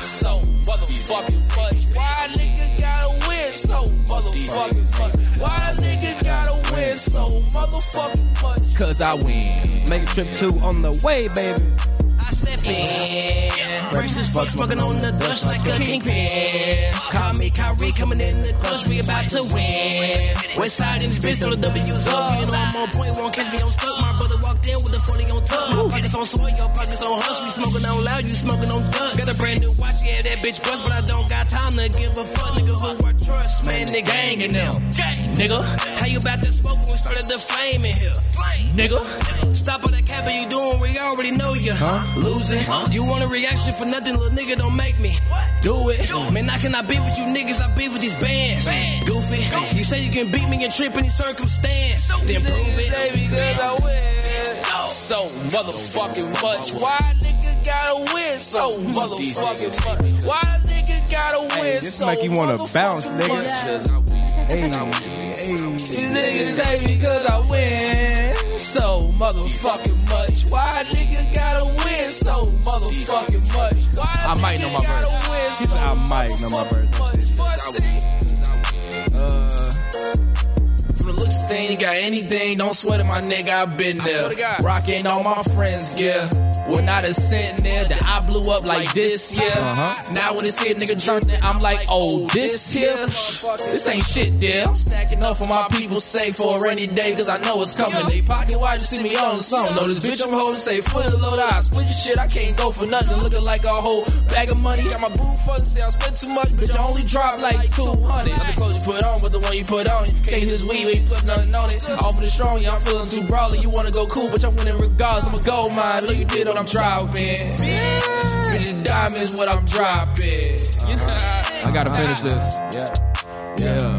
So motherfucking much. Why niggas gotta win so motherfucking much? Why niggas gotta win so motherfucking much? Cause I win.
Make a trip two on the way, baby.
I step in. Braces fuck smoking on the dust like a kingpin. Call me Kyrie,
coming in the clutch, we about to win. West side in this bitch, throw the W's up. You know I'm on point, won't catch me on stuck. My brother walked in with a 40 on tuck. My pockets on soil, your pockets on hush. We smoking on loud, you smoking on duck. Got a brand new watch, yeah, that bitch bust, but I don't got time to give a fuck. Nigga, who I trust, man, nigga. Gang in them. Nigga, how you about to smoke when we started the flame in here? Nigga, stop all that capping you doing, we already know you.
Huh?
Losing. You want a reaction for nothing, little nigga, don't make me. Do it. Man, I cannot beef with you niggas, I beef with these bands. Goofy. You say you can beat me in trip any circumstance. then prove it.
So motherfucking much. Why a nigga gotta win so motherfucking much? Why a nigga gotta win
This
so
make you want to bounce,
much?
nigga.
These niggas hate me cause I win so motherfucking much. Why a nigga gotta win so motherfucking much? Why a
I might know my
nigga gotta
verse.
win
He
so
said, I might know my verse.
From the looks of thing, got anything, don't sweat it, my nigga, i been there. Rockin' all my friends, yeah. Well, not a cent there that I blew up like this, Uh-huh. yeah. Now when it's here, nigga drunk, then I'm like, oh, this here? This ain't shit, there. I'm stacking up for my people, safe for a rainy day, cause I know it's coming. They pocket wide, you see me on the song. Know this bitch I'm holding, stay full of load eyes. Split your shit, I can't go for nothing. Looking like a whole bag of money. Got my boot fuzzy, say I spent too much, bitch, I only dropped like 200. Not the clothes you put on, but the one you put on. Can't hit this weed, we ain't put nothing on it. Off of the strong, yeah, I'm feeling too brawly. You wanna go cool, but I'm winning regardless. I'm a gold mine, look, you did what I'm dropping. Bitch, the diamonds, what I'm dropping.
I gotta finish this. Yeah.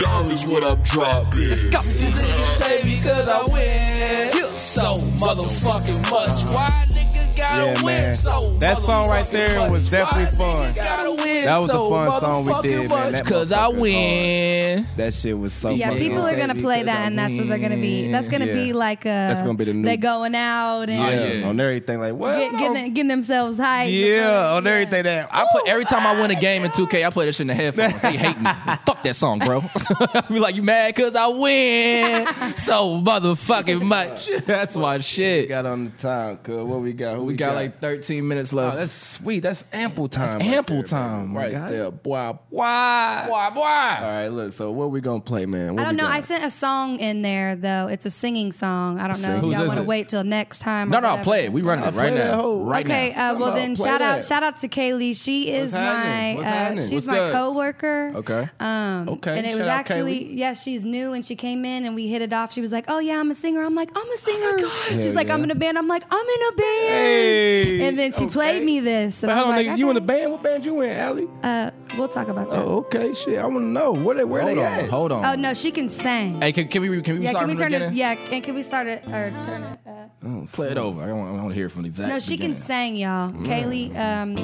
Dollars what I'm dropping.
Say because I win so motherfucking much. Why a nigga gotta
Yeah,
win
man.
so
That song right
motherfucking
there
much?
was definitely
Why a
fun.
nigga gotta win
That was a
so
fun song we did,
motherfucking
man.
much?
That
Cause I
motherfucker was
win.
That shit was so
Yeah,
fucking
people
hard.
are gonna play that, and that's what they're gonna be. That's gonna
Yeah.
be like a.
That's gonna be the new-
They going out and
Yeah,
yeah.
on everything. Like, what?
get, getting, getting themselves hype.
yeah, on everything. That
I play every time I win a game in 2K. I play this shit in the headphones. They hate me. Fuck that song, bro. be like, you mad? Cause I win so motherfucking much. That's my
we
shit.
got on the time, cuz. What we got? Who
We got like 13 minutes
Oh,
left.
that's sweet. That's ample time. right
ample
there,
time,
man.
my
Right
guy.
there. Boy, boy.
Why,
All
why?
right, look. So, what we gonna play, man? What
I don't
we
know.
got?
I sent a song in there though. It's a singing song. I don't know
Sing.
if
Whose
y'all
is
want to
it?
wait till next time.
No,
or
no,
whatever.
play it. We running it
Play
right
that
now.
whole-
Right
okay.
now.
Uh, well,
Come
then
on, play
shout out,
that.
shout out to Kaylee. She is
happening?
my,
What's
uh,
happening?
she's
What's
my
good?
coworker.
Okay.
Um,
Okay,
And it
shout
was
out
actually, yeah, she's new and she came in and we hit it off. She was like, "Oh yeah, I'm a singer." I'm like, "I'm a singer." she's
Hell
like, "I'm
yeah.
in a band." I'm like, "I'm in a band."
Hey,
and then she
okay.
played me this. And
But
I
hold
was
on,
like,
nigga. You in a
"Okay."
band? What band you in, Allie?
Uh, we'll talk about that.
Oh, okay. Shit, I want to know where they where
Hold
they
on.
at.
Hold on.
Oh no, she can sing.
Hey, can, can we can we
yeah,
start
can we
from
turn
the
it?
beginning?
Yeah, and can we start it or turn it? Uh,
Play it over. I want, I want to hear from the exact.
no, she can
beginning.
sing, y'all.
Mm.
Kaylee, um,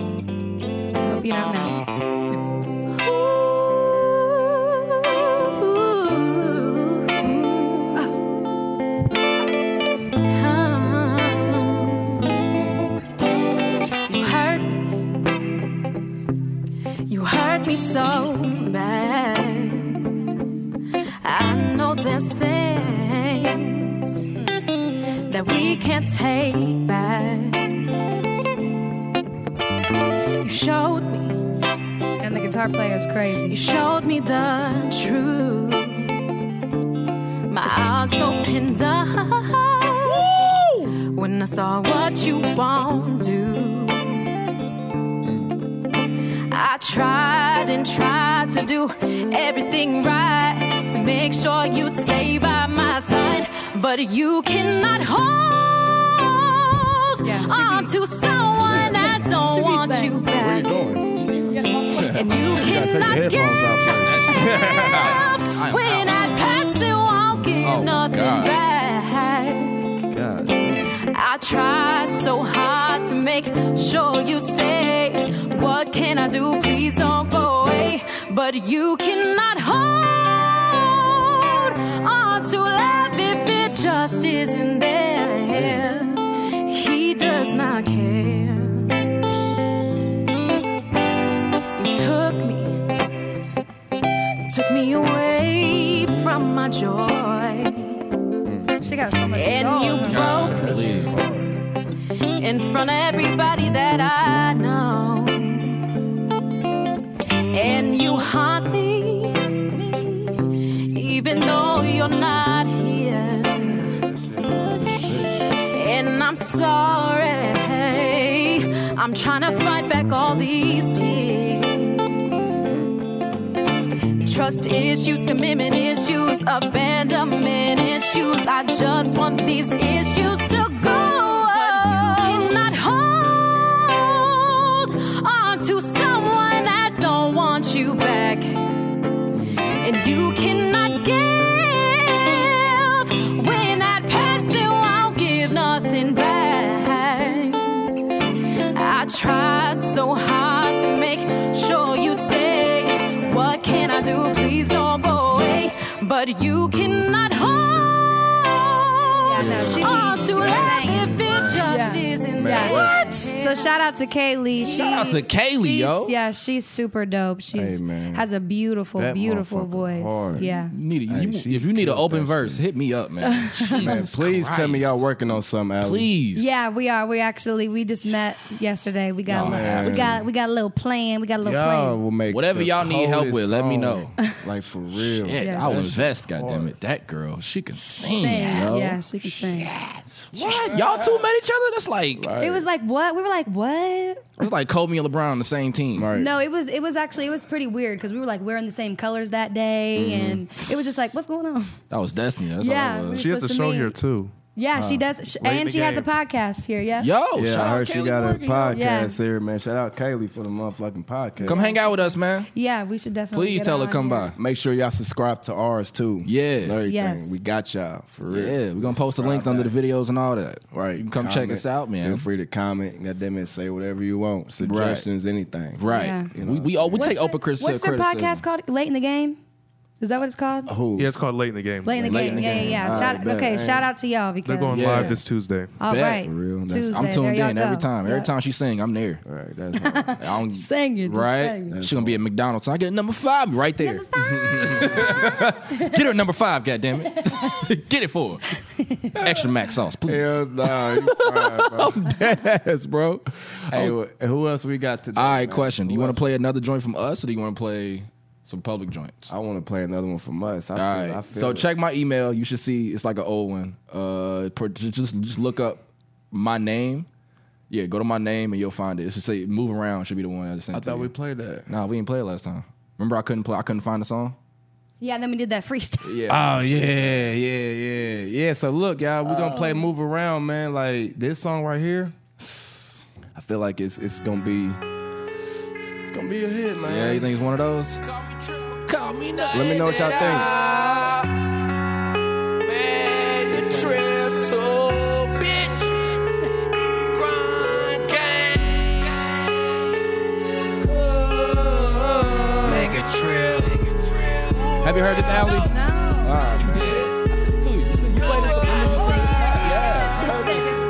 I hope you're not mad.
You hurt. You hurt me so bad. I know there's things that we can't take back. You showed me.
And the guitar player is crazy.
You showed me the truth. My eyes opened up when I saw what you won't do. I tried and tried to do everything right to make sure you'd stay by my side, but you cannot hold
Yeah, she be-
on to someone I
she
don't
be
want
saying.
you
Where you
back,
going?
and you
Gotta take the
cannot give
headphones off. first.
am
when I pass it, won't give
Oh,
nothing
God.
back.
God.
I tried so hard to make sure you'd stay. What can I do? Please don't go away. But you cannot hold on to love if it just isn't there. He does not care. You took me took me away from my joy.
She got so much
And
soul.
you broke me in front of everybody that I know. And sorry. I'm trying to fight back all these tears. Trust issues, commitment issues, abandonment issues. I just want these issues to go. But you cannot hold on to someone that don't want you back. And you cannot give when that person won't give nothing back. I tried so hard to make sure you stay. What can I do? Please don't go away. But you cannot hold
no, she-
on
she
to
was
love
saying-
if it just
Yeah.
isn't
Yeah.
there.
So shout out to Kaylee. She,
Shout out to Kaylee,
she's-
yo.
Yeah, she's super dope. She's
Hey, man.
has a beautiful,
That
beautiful
motherfucker
voice.
hard.
Yeah.
Need a- you- if you need an open verse, hit me up, man.
Man, please tell me y'all working on something, Allie.
Please.
Yeah, we are. We actually we just met yesterday. We got
Oh,
a li-
man.
we got we got a little plan. We got a little
Y'all
plan.
will make
Whatever
the
y'all need help
coldest
with, let me
song. like for real.
Shit,
Yeah.
I'll
That
invest, goddammit. That girl, she can sing,
Sing.
yo.
Yeah, she can sing.
What? Y'all two met each other? That's like
It was like what? We were like what?
it's like Kobe and LeBron on the same team. Right.
No, it was it was actually it was pretty weird because we were like wearing the same colors that day,
Mm-hmm.
and it was just like what's going on?
That was Destiny. That's
Yeah,
all it
we
was.
She has a
supposed to
show
meet.
here too.
Yeah,
Huh.
Uh,
she does, sh-
Late in
and
the
she has a
game.
podcast here. Yeah.
Yo,
yeah,
shout
I
out
heard she
Kaylee
got
Morgan,
a
yo.
podcast
Yeah.
here, man. Shout out Kaylee for the motherfucking podcast.
Come hang out with us, man.
Yeah, we should definitely.
Please
get
tell her
on
come
here.
by.
Make sure y'all subscribe to ours too.
Yeah.
And Everything.
Yes.
We got y'all for real.
Yeah, we're gonna post the link under the videos and all that.
Right.
You can come check
Comment.
us out,
Feel
man.
free to comment. God damn it, say whatever you want. Suggestions, anything.
Right.
Yeah.
You know
we we, all, we
What's
take
the-
open criticism. Oh,
What's their podcast called? Late in the game. Is that what it's called?
Who?
Yeah, it's called Late in the Game.
Late in the
Late
game.
in the
yeah,
Game.
yeah,
All
yeah. Shout,
right, bet.
okay,
Hey.
shout out to y'all because
They're going
Yeah.
live this Tuesday.
All
Bet,
right,
for real. That's-
Tuesday,
I'm tuned
there
in
y'all
every
go.
time. Every
Yep.
time she sing, I'm there.
All right, that's all right.
I don't,
Sing it, just sing
right?
it.
She's gonna be at McDonald's. I get a number five right there. get her number five, goddammit. get it for her. Extra mac sauce, please.
Hell nah, you fried, bro.
Yes, bro. Oh,
hey, wh- who else we got today?
All right,
man?
question. Do you
Who
want
else?
to play another joint from us, or do you want to play some public joints?
I want to play another one from us. I
All
feel, I
right.
feel
So
it.
check my email. You should see it's like an old one. Uh, pro- ju- just just look up my name. Yeah, go to my name and you'll find it. It should say "Move Around" should be the one. I
I thought we played that.
Nah, we didn't play it last time. Remember, I couldn't play. I couldn't find the song.
Yeah, and then we did that freestyle.
Ah.
Oh yeah, yeah, yeah, yeah. So look, y'all, we're gonna
Um.
play "Move Around," man. Like this song right here, I feel like it's it's gonna be it's gonna be a hit, man.
Yeah, you think it's one of those?
Let me know what y'all think.
Made the trip to bitch. Grind gang. Ooh. Make a trip.
Have you heard this, Allie? Ah,
No.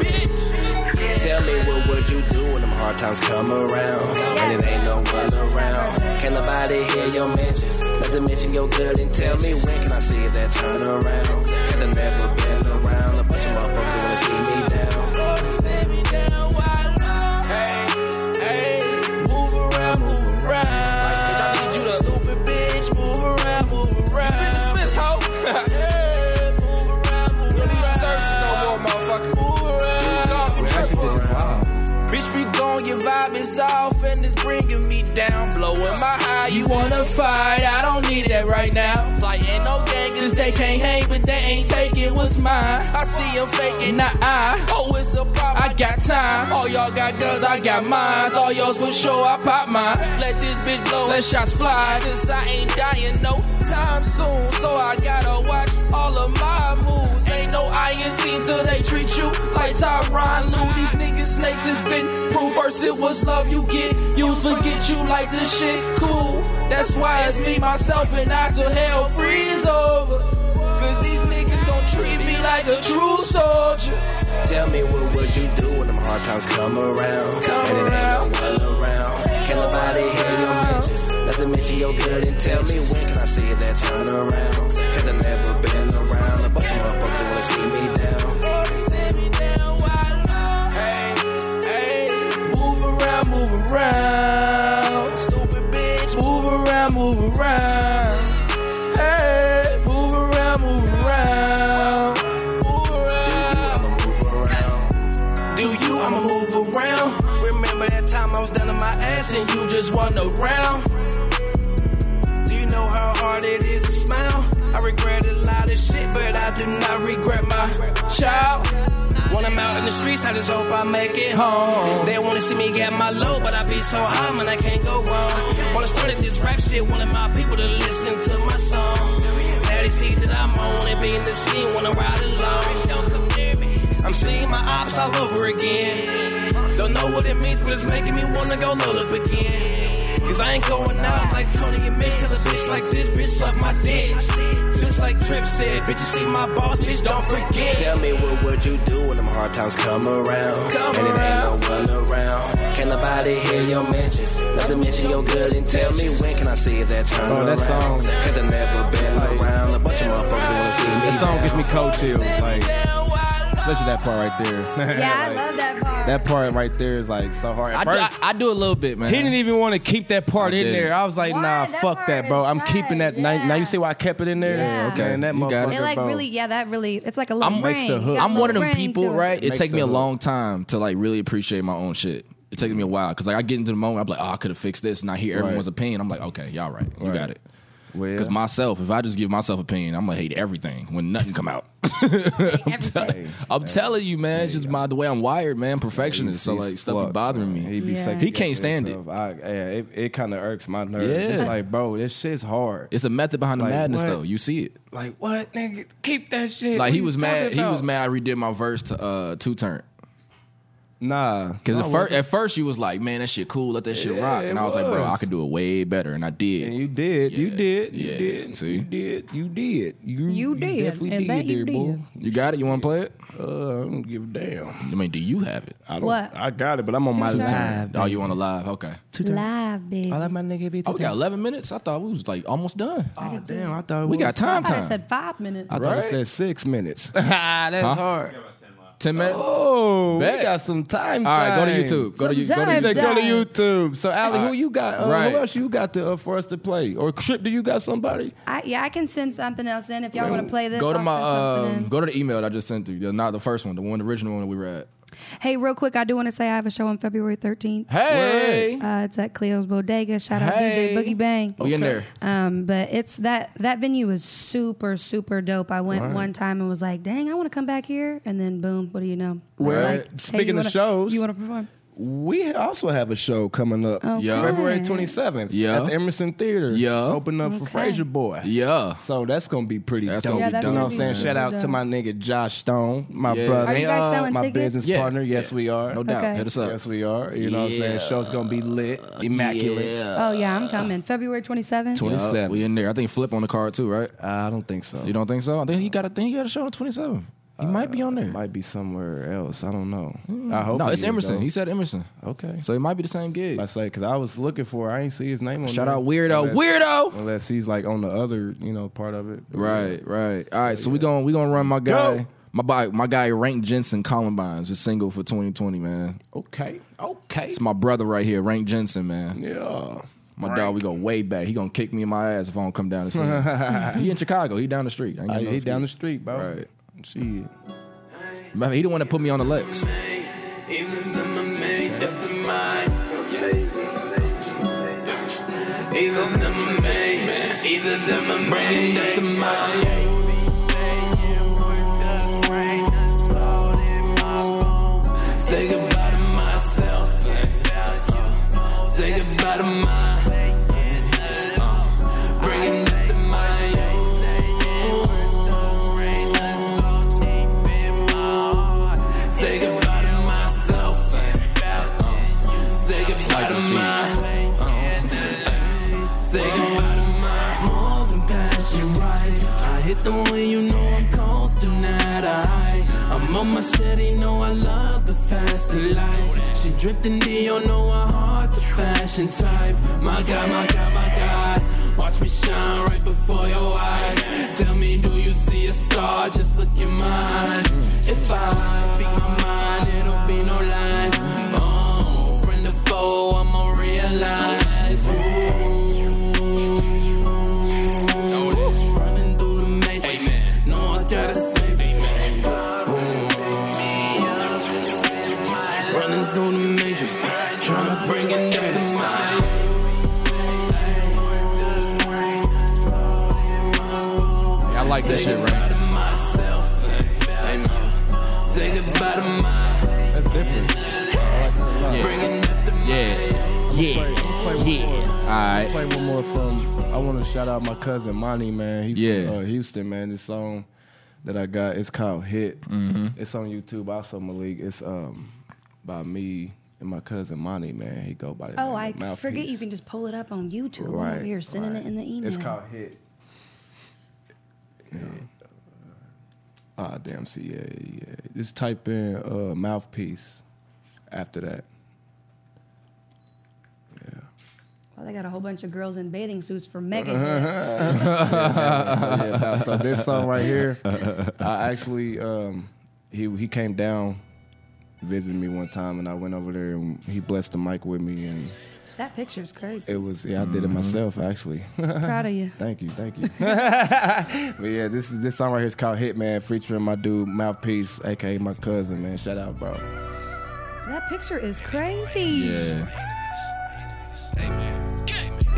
Tell me what would you do when them hard times come around? And it ain't no one around. Can't nobody hear your mentions. Not to mention your good and tell me when can I see that turnaround? Cause I've never been around. A bunch of motherfuckers wanna see me down. Hey, hey, move around, move around. Bitch, I need you to stupid bitch. Move around, move around. Been dismissed, ho. yeah, move around, move around. Don't need them services no more, motherfucker. Move around. You talking triple. Bitch, we gone, your vibe is off, and it's bringing me down. Blowing my high, you wanna fight? I don't need that right now. Flying no gangers, they can't hang, but they ain't taking what's mine. I see them faking, not I. Oh, it's a problem. I got time. All y'all got guns, I got mines. All yours for sure, I pop mine. Let this bitch blow, let shots fly. Since I ain't dying, no time soon, so I gotta watch all of my moves. Ain't no INT till they treat you like Tyron Lou. These niggas snakes has been proof. First it was love you get, used forget you like this shit cool. That's why it's me, myself, and I till hell freeze over. Cause these niggas gon' treat me like a true soldier. Tell me what would you do when them hard times come around? and it ain't no one around. Can't nobody hear your mentions. Not to mention your good and tell me when can I see that turnaround? Cause I've never been around. A bunch of motherfuckers wanna see me down. Hey, hey, move around, move around. Stupid bitch, move around, move around. Hey, move around, move around. Move around. I'ma move around. Do
just wasn't around.
Do you know how hard it is to smile? I regret a lot of shit, but I do not regret my child. When I'm out in the streets, I just hope I make it home. They wanna see me get my low, but I be so high, man, I can't go wrong. When I started this rap shit, wanted my people to listen to my song. Now they see that I'm on it, be in the scene when I ride along. Don't come near me. I'm seeing my ops all over again. Don't know what it means, but it's making me wanna go load up again. Cause I ain't going out like Tony and Mitch, till a bitch like this, bitch suck my dick. Just like Trip said, bitch, you see my boss, bitch, don't forget.
Tell me what would you do when them hard times come around?
Come
and it
around.
ain't no one around. Can nobody hear your mentions? Not to mention your good intentions. Tell me when can I see that turn
Oh, that song.
Cause I never been around. A bunch of motherfuckers wanna see me.
That song gives me cold chills. Like, especially that part right there.
Yeah, I
Like,
love that part.
That part right there is like so hard. At
I, do,
first,
I, I do a little bit, man.
He didn't even want to keep that part
I
in
didn't.
there. I was like,
Why?
nah,
That
fuck
part
that, bro. I'm keeping that. Now, now you see why I kept it in there?
Yeah.
Okay.
And that
You got
motherfucker,
it.
It like
bro.
really, yeah, that really, it's like a little
I'm,
ring. You got a
I'm one
little
of them
ring
people,
to it.
right? It
Makes
takes
the
me a
hood.
long time to like really appreciate my own shit. It takes me a while because like I get into the moment, I'm like, oh, I could have fixed this, and I hear
Right.
everyone's opinion. I'm like, okay, y'all right, you
Right.
got it.
Well, yeah.
Because myself, if I just give myself opinion, I'm gonna hate everything when nothing come out. I'm, tell- I'm telling you, man, it's just my the way I'm wired, man. Perfectionist, so
He's
like stuff be
fucked,
bothering me.
man. He, be
Yeah.
second
He can't
guessing
stand it.
himself. I, yeah, it, it kind of irks my nerves.
Yeah.
It's like, bro, this shit's hard.
It's a method behind
Like,
the madness,
what?
though. You see it.
Like what, nigga? Keep that shit.
Like
What
he
you
was mad.
talking
He was
about?
mad. I redid my verse to uh two turn.
Nah,
Because
I
at
wasn't.
first, at first you was like, man, that shit cool, let that shit
Yeah,
rock, and
it
I was, like, bro,
was.
I could do it way better, and I did.
And you did, you
Yeah,
did, you
yeah,
did,
see?
you did, you did, you,
You did,
definitely
and that you
there, boy.
You got it. You want to play it?
Uh, I don't give a damn.
I mean, do you have it?
I don't.
What?
I got it, but I'm on my
Two times.
live.
Oh, you on the live? Okay.
Live, baby.
I let my nigga be.
Oh, we got eleven minutes. I thought we was like almost done.
Oh damn! I thought it
We
was-
got
I
time.
thought it
Time.
said five minutes.
I thought it
Right?
said six minutes. Ah, that's
Huh?
hard.
Ten minutes.
Oh,
Bet.
we got some time.
All right, go to
time.
YouTube. Go to you- go to
Sometimes
They
YouTube.
go to
Dang.
YouTube. So, Ali,
All
who
right.
you got? Uh,
Right.
Who else you got to, uh, for us to play? Or Trip, do you got somebody?
I, yeah, I can send something else in if y'all want to play this.
Go to
I'll
my
send something
um,
in.
go to the email that I just sent to you. Not the first one, the one the original one that we were at.
Hey, real quick, I do want to say I have a show on February 13th.
Hey,
Uh, it's at Cleo's Bodega. Shout out
Hey.
DJ Boogie Bang.
we in there.
Um, but it's that that venue is super super dope. I went one time and was like, "Dang, I want to come back here." And then boom, what do you know? They were
Well,
like, "Hey,
speaking
you
of
wanna-
shows-
you want to perform?
We also have a show coming up
Yeah.
February 27th
Yeah.
at the Emerson Theater.
Yeah.
Open up for
Okay.
Fraser Boy.
Yeah.
So that's going to be pretty
That's
dope.
gonna be Yeah,
you know what
that's
I'm saying?
gonna be
Shout
super
out to
dope.
my nigga Josh Stone, my
Yeah.
brother.
Are you
uh,
guys selling
my
tickets?
business
Yeah.
partner. Yes, we are.
No doubt.
Okay.
Hit us up.
Yes, we are. You know what I'm saying?
Yeah.
Show's going to be lit, immaculate.
Oh yeah, I'm coming February 27th.
Yeah,
27th.
we in there. I think Flip on the card too, right?
I don't think so.
You don't think so? I think he got a thing. He got a show on the 27th. He might be on there.
Uh, Might be somewhere else. I don't know. I hope
Mm. no,
it
it's
is,
Emerson.
though.
He said Emerson.
okay.
So it might be the same gig.
I say because I was looking for. Her. I ain't see his name on.
Shout
there.
out Weirdo.
Unless-
Weirdo.
Unless he's like on the other, you know, part of it. But
Right, right. All right, so we going we going to run my guy my guy my guy Rank Jensen Columbines is single for 2020, man.
Okay. Okay.
It's my brother right here, Rank Jensen, man.
Yeah.
My dog, we go way back. He going to kick me in my ass if I don't come down and see him. he in Chicago. He down the street. I ain't got
Hey,
no
Oh, he down the
excuse.
street, bro.
Right.
Shit.
Man, He the one that put me on the Lex.
Even though my made up the mind. Even though my made, even though my made up the mind. Say goodbye to myself. uh, Say goodbye to my. uh, Bringing up the mind. Say goodbye to myself. uh, Say goodbye to my. uh, Say goodbye to my. More than passion, right? I hit the way you know I'm coasting at a high. I'm on my shitty, know I love the faster life. She dripped in Dior, know I heart the fashion type. My God, my God, my God. Watch me shine right before your eyes. Tell me, do you see a star? Just look in my eyes. If I speak my mind, it'll be no lies. Oh, friend or foe, I'ma realize. Ooh. Running through the matrix. No, I gotta save it. Ooh. Running through the matrix. Tryna bring it back to my like that shit, right?
Say goodbye to my. That's different.
Yeah.
Yeah.
Yeah.
Play one
Yeah.
more.
Alright.
Play one more from. I want to shout out my cousin Monty, man. He
Yeah.
from uh, Houston, man. This song that I got, it's called Hit.
Mhm.
It's on YouTube. Also, Malik. It's um by me and my cousin Monty, man. He go by. the
Oh,
name
I
of Mouthpiece.
forget you can just pull it up on YouTube. I'm
Right,
over here sending
right.
it in the email.
It's called Hit. Ah, damn. See, yeah, yeah. yeah. Just type in uh, mouthpiece after that.
Well, they got a whole bunch of girls in bathing suits for mega
Uh-huh.
hits.
Yeah,
Oh,
so, yeah, now, so this song right here, I actually um, he he came down, visited me one time, and I went over there and he blessed the mic with me, and
that picture's crazy.
it was yeah I
Mm-hmm.
did it myself actually.
Proud of you.
Thank you, thank you. but yeah, this is this song right here is called Hitman, featuring my dude Mouthpiece, aka my cousin, man. Shout out, bro.
That picture is crazy.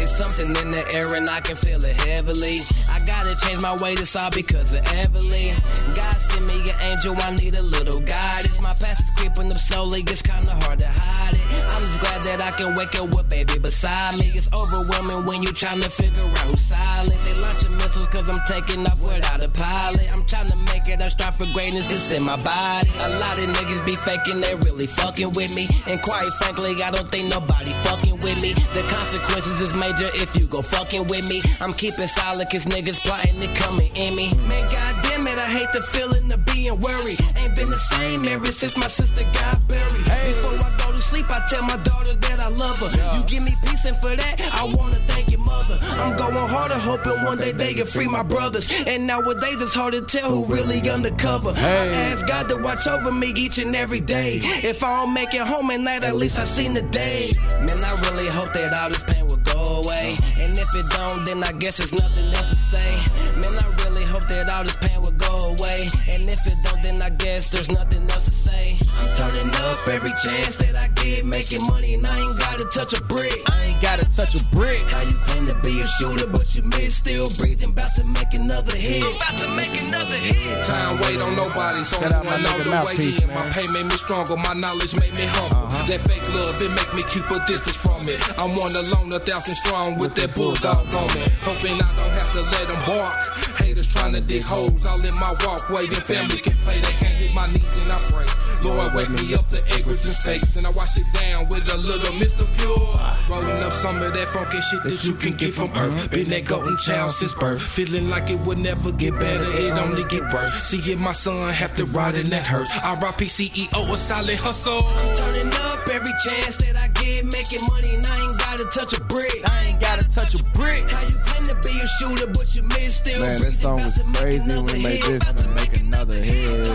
It's something in the air and I can feel it heavily. I gotta change my way to solve because of Everly. God send me an angel, I need a little guidance. My past is creeping up slowly, it's kinda hard to hide it. I'm just glad that I can wake up with baby beside me. It's overwhelming when you tryna figure out who's silent. They launching missiles cause I'm taking off without a pilot. I'm tryna make it, I strive for greatness, it's in my body. A lot of niggas be faking, they really fucking with me. And quite frankly, I don't think nobody fucking with me. The consequences is major if you go fucking with me. I'm keeping solid cause niggas plotting to coming in me. Man, goddamn it, I hate the feeling of being worried. Ain't been the same ever since my sister got buried. Before I go to sleep, I tell my daughter that I love her. You give me peace, and for that, I wanna thank your mother. I'm going harder, hoping one day they can free my brothers. And nowadays, it's hard to tell who really undercover. I ask God to watch over me each and every day. If I don't make it home at night, at least I seen the day. Man, I really hope that all this pain will go away. And if it don't, then I guess there's nothing else to say. Man, I really hope that all this pain will go away. And if it don't, then I guess there's nothing else to say. I'm turning up every chance that I get, making money, and I ain't gotta touch a brick. I ain't gotta touch a brick. How you claim to be a shooter, but you miss, still breathing, about to make another hit. I'm about to make another hit.
Time wait on nobody, so I'm going all the way
Mouthpiece,
in. My pain made me stronger, my knowledge made me humble. That fake love, it make me keep a distance from it. I'm one alone, a thousand strong with that bulldog on it. Hoping I don't have to let them bark. Haters trying to dig holes all in my walkway. And family can play, they can't hit my knees and I pray. Lord, wake me up to acres and stakes. And I wash it down with a little Mr. Pure. Rolling up some of that funky shit that you can get from earth. Been that golden child since birth. Feeling like it would never get better, it only get worse. Seeing my son have to ride in that hearse. RIP CEO, a solid hustle.
Turning up every chance that I get, making money, and I ain't gotta touch a brick. I ain't gotta touch a brick. How you claim to be a shooter, but you miss, still
Man, this song was crazy when we made this. Make another hit.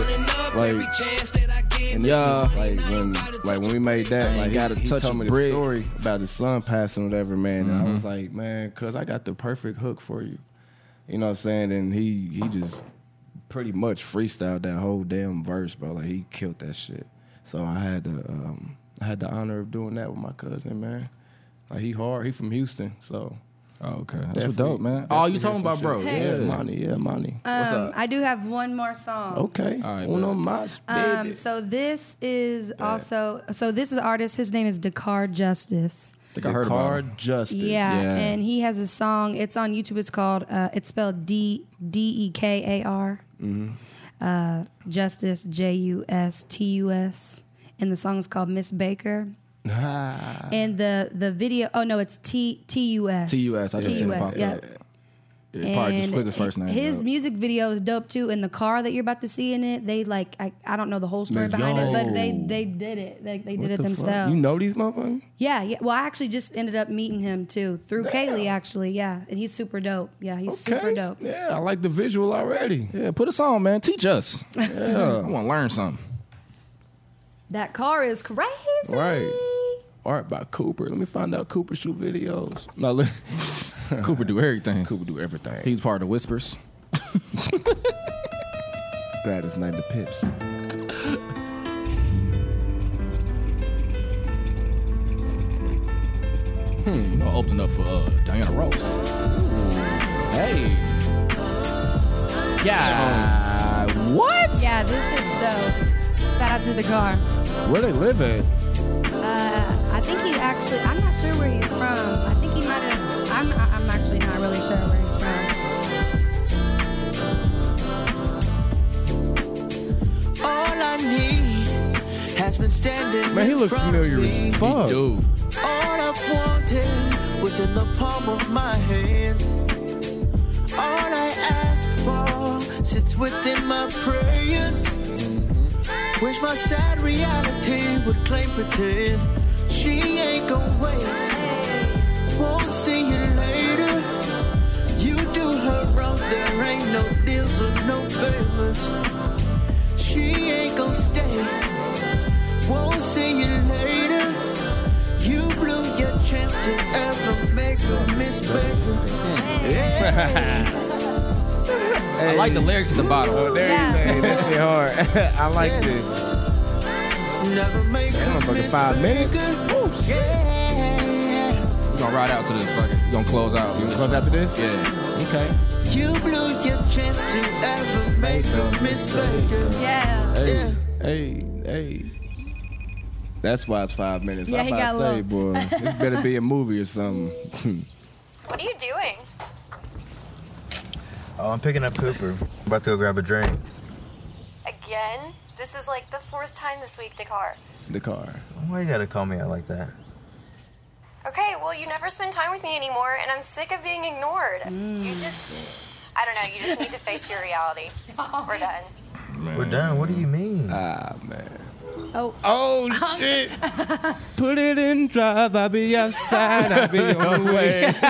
Like, and yeah, like when, like when we made that, like
gotta
he, he
touch
told
a
me
brick.
the story about his son passing, or whatever, man. And I
Mhm.
was like, man, cause I got the perfect hook for you. You know what I'm saying? And he he just pretty much freestyled that whole damn verse, bro. Like he killed that shit. So I had to, um, I had the honor of doing that with my cousin, man. Like he hard, he from Houston, so.
okay,
Oh, that's
what's dope, man. Oh, you talking about, bro. Hey.
Yeah,
Yeah.
money, yeah, money.
Um, I do have one more song.
Okay. All right, Uno mas, baby.
Um, so this is also so this is artist. His name is Dakar Justice.
think I heard about Dakar him. Justice.
Yeah,
Yeah.
and he has a song. It's on YouTube. It's called. Uh, it's spelled D D E K A R. Uh, Justice J U S T U S, and the song is called Miss Baker.
Ah.
And the the video. Oh no, it's T T U S.
TUS, I just seen it pop
yeah.
up. Yeah, probably just
And
click his first name.
His
up.
music video is dope too. And the car that you're about to see in it, they like I, I don't know the whole story
Let's
behind it,
go.
but they they did it. They they
What
did it
the fuck?
themselves.
You know these motherfuckers?
Yeah, yeah. Well, I actually just ended up meeting him too through Kaylee actually. Yeah, and he's super dope. Yeah, he's super dope.
Yeah, I like the visual already.
Yeah, put us on, man. Teach us.
Yeah.
I want to learn something.
That car is crazy.
Right. Art by Cooper. Let me find out Cooper shoot videos. No, look.
Cooper do everything.
Cooper do everything.
He's part of Whispers.
Glad it's not the Pips.
Hmm. I'll open up for uh, Diana Ross. Hey. Yeah. What?
Yeah, this is dope. Shout out to the car.
Where they live at?
Uh, I think he actually. I'm not sure where he's from. I think he might have. I'm. I'm actually not really sure where he's
All I need has been standing.
Man, he
in
looked
front
familiar
of me.
as fuck.
All I've wanted was in the palm of my hand. All I ask for sits within my prayers. Wish my sad reality would play pretend. She ain't gon' wait. Won't see you later. You do her wrong, there ain't no deals or no favors. She ain't gon' stay. Won't see you later. You blew your chance to ever make a mistake.
I like the lyrics at the bottom. Oh,
there you Yeah.
Hey, that shit hard. I like this.
Never make
That motherfucker five minutes.
We're gonna ride out to this fucking. We're gonna close out. You gonna
close out to this?
Yeah. Okay.
You blew your chance to ever make a mistake.
Yeah.
Hey, hey, hey. That's why it's five minutes.
Yeah,
I'm
he
about to
got
say,
low.
boy, this better be a movie or something.
What are you doing?
Oh, I'm picking up Cooper. About to go grab a drink.
Again? This is like the fourth time this week, Dakar.
the car.
Why you gotta call me out like that?
Okay, well, you never spend time with me anymore, and I'm sick of being ignored. You just, I don't know, you just need to face your reality. We're done.
We're done. What do you mean?
Ah, man.
Oh.
Oh shit. Put it in drive. I'll be outside. I'll be on the way.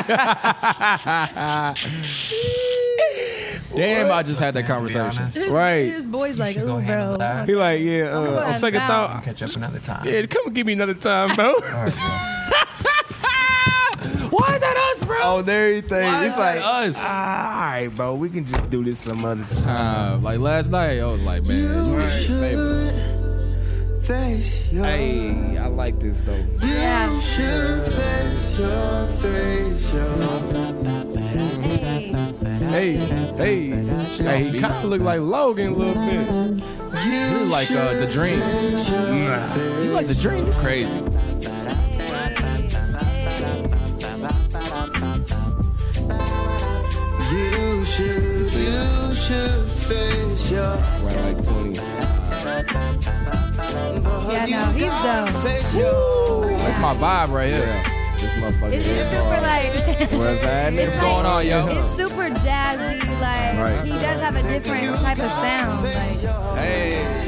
Damn, I just had that conversation.
His, His boy's like, ooh, bro.
He like, yeah.
Go
Uh,
ahead,
on second
Sal.
thought.
Catch up another time.
Yeah, come give me another time, bro.
Why is that us, bro?
Oh, there he thinks.
Why
it's
is that
like
us?
"Ah, all right, bro. We can just do this some other
time. like last night, I was like, man, you ain't favorite.
Face your
Hey, I like this though.
You should face your face.
Hey, hey, hey. He kind of look like Logan a little bit.
You
look like uh, the dream. Nah. You like the dream? You crazy?
You should, you should face your.
Right, like twenty.
Yeah, no, he's dope.
That's my vibe right here.
This motherfucker
It's just super like.
What's happening?
It's
What's going on, yo?
It's super jazzy. Like
Right.
he does have a different type of sound. Like,
Hey.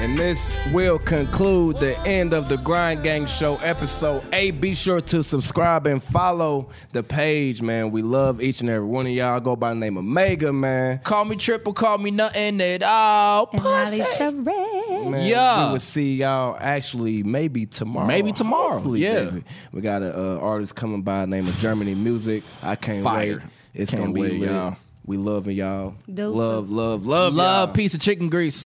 And this will conclude the end of the Grind Gang Show episode 8. Be sure to subscribe and follow the page, man. We love each and every one of y'all. Go by the name of Mega, man.
Call me triple, call me nothing at all. Pussy.
Man,
Yeah.
We will see y'all actually maybe tomorrow.
Maybe tomorrow,
Hopefully,
yeah.
baby. We got an uh, artist coming by the name of Germany Music. I can't
Fire.
wait. It's
Can't
going to be
wait,
lit.
y'all.
We loving y'all.
Dope.
Love, love, love,
Love,
y'all.
piece of chicken grease.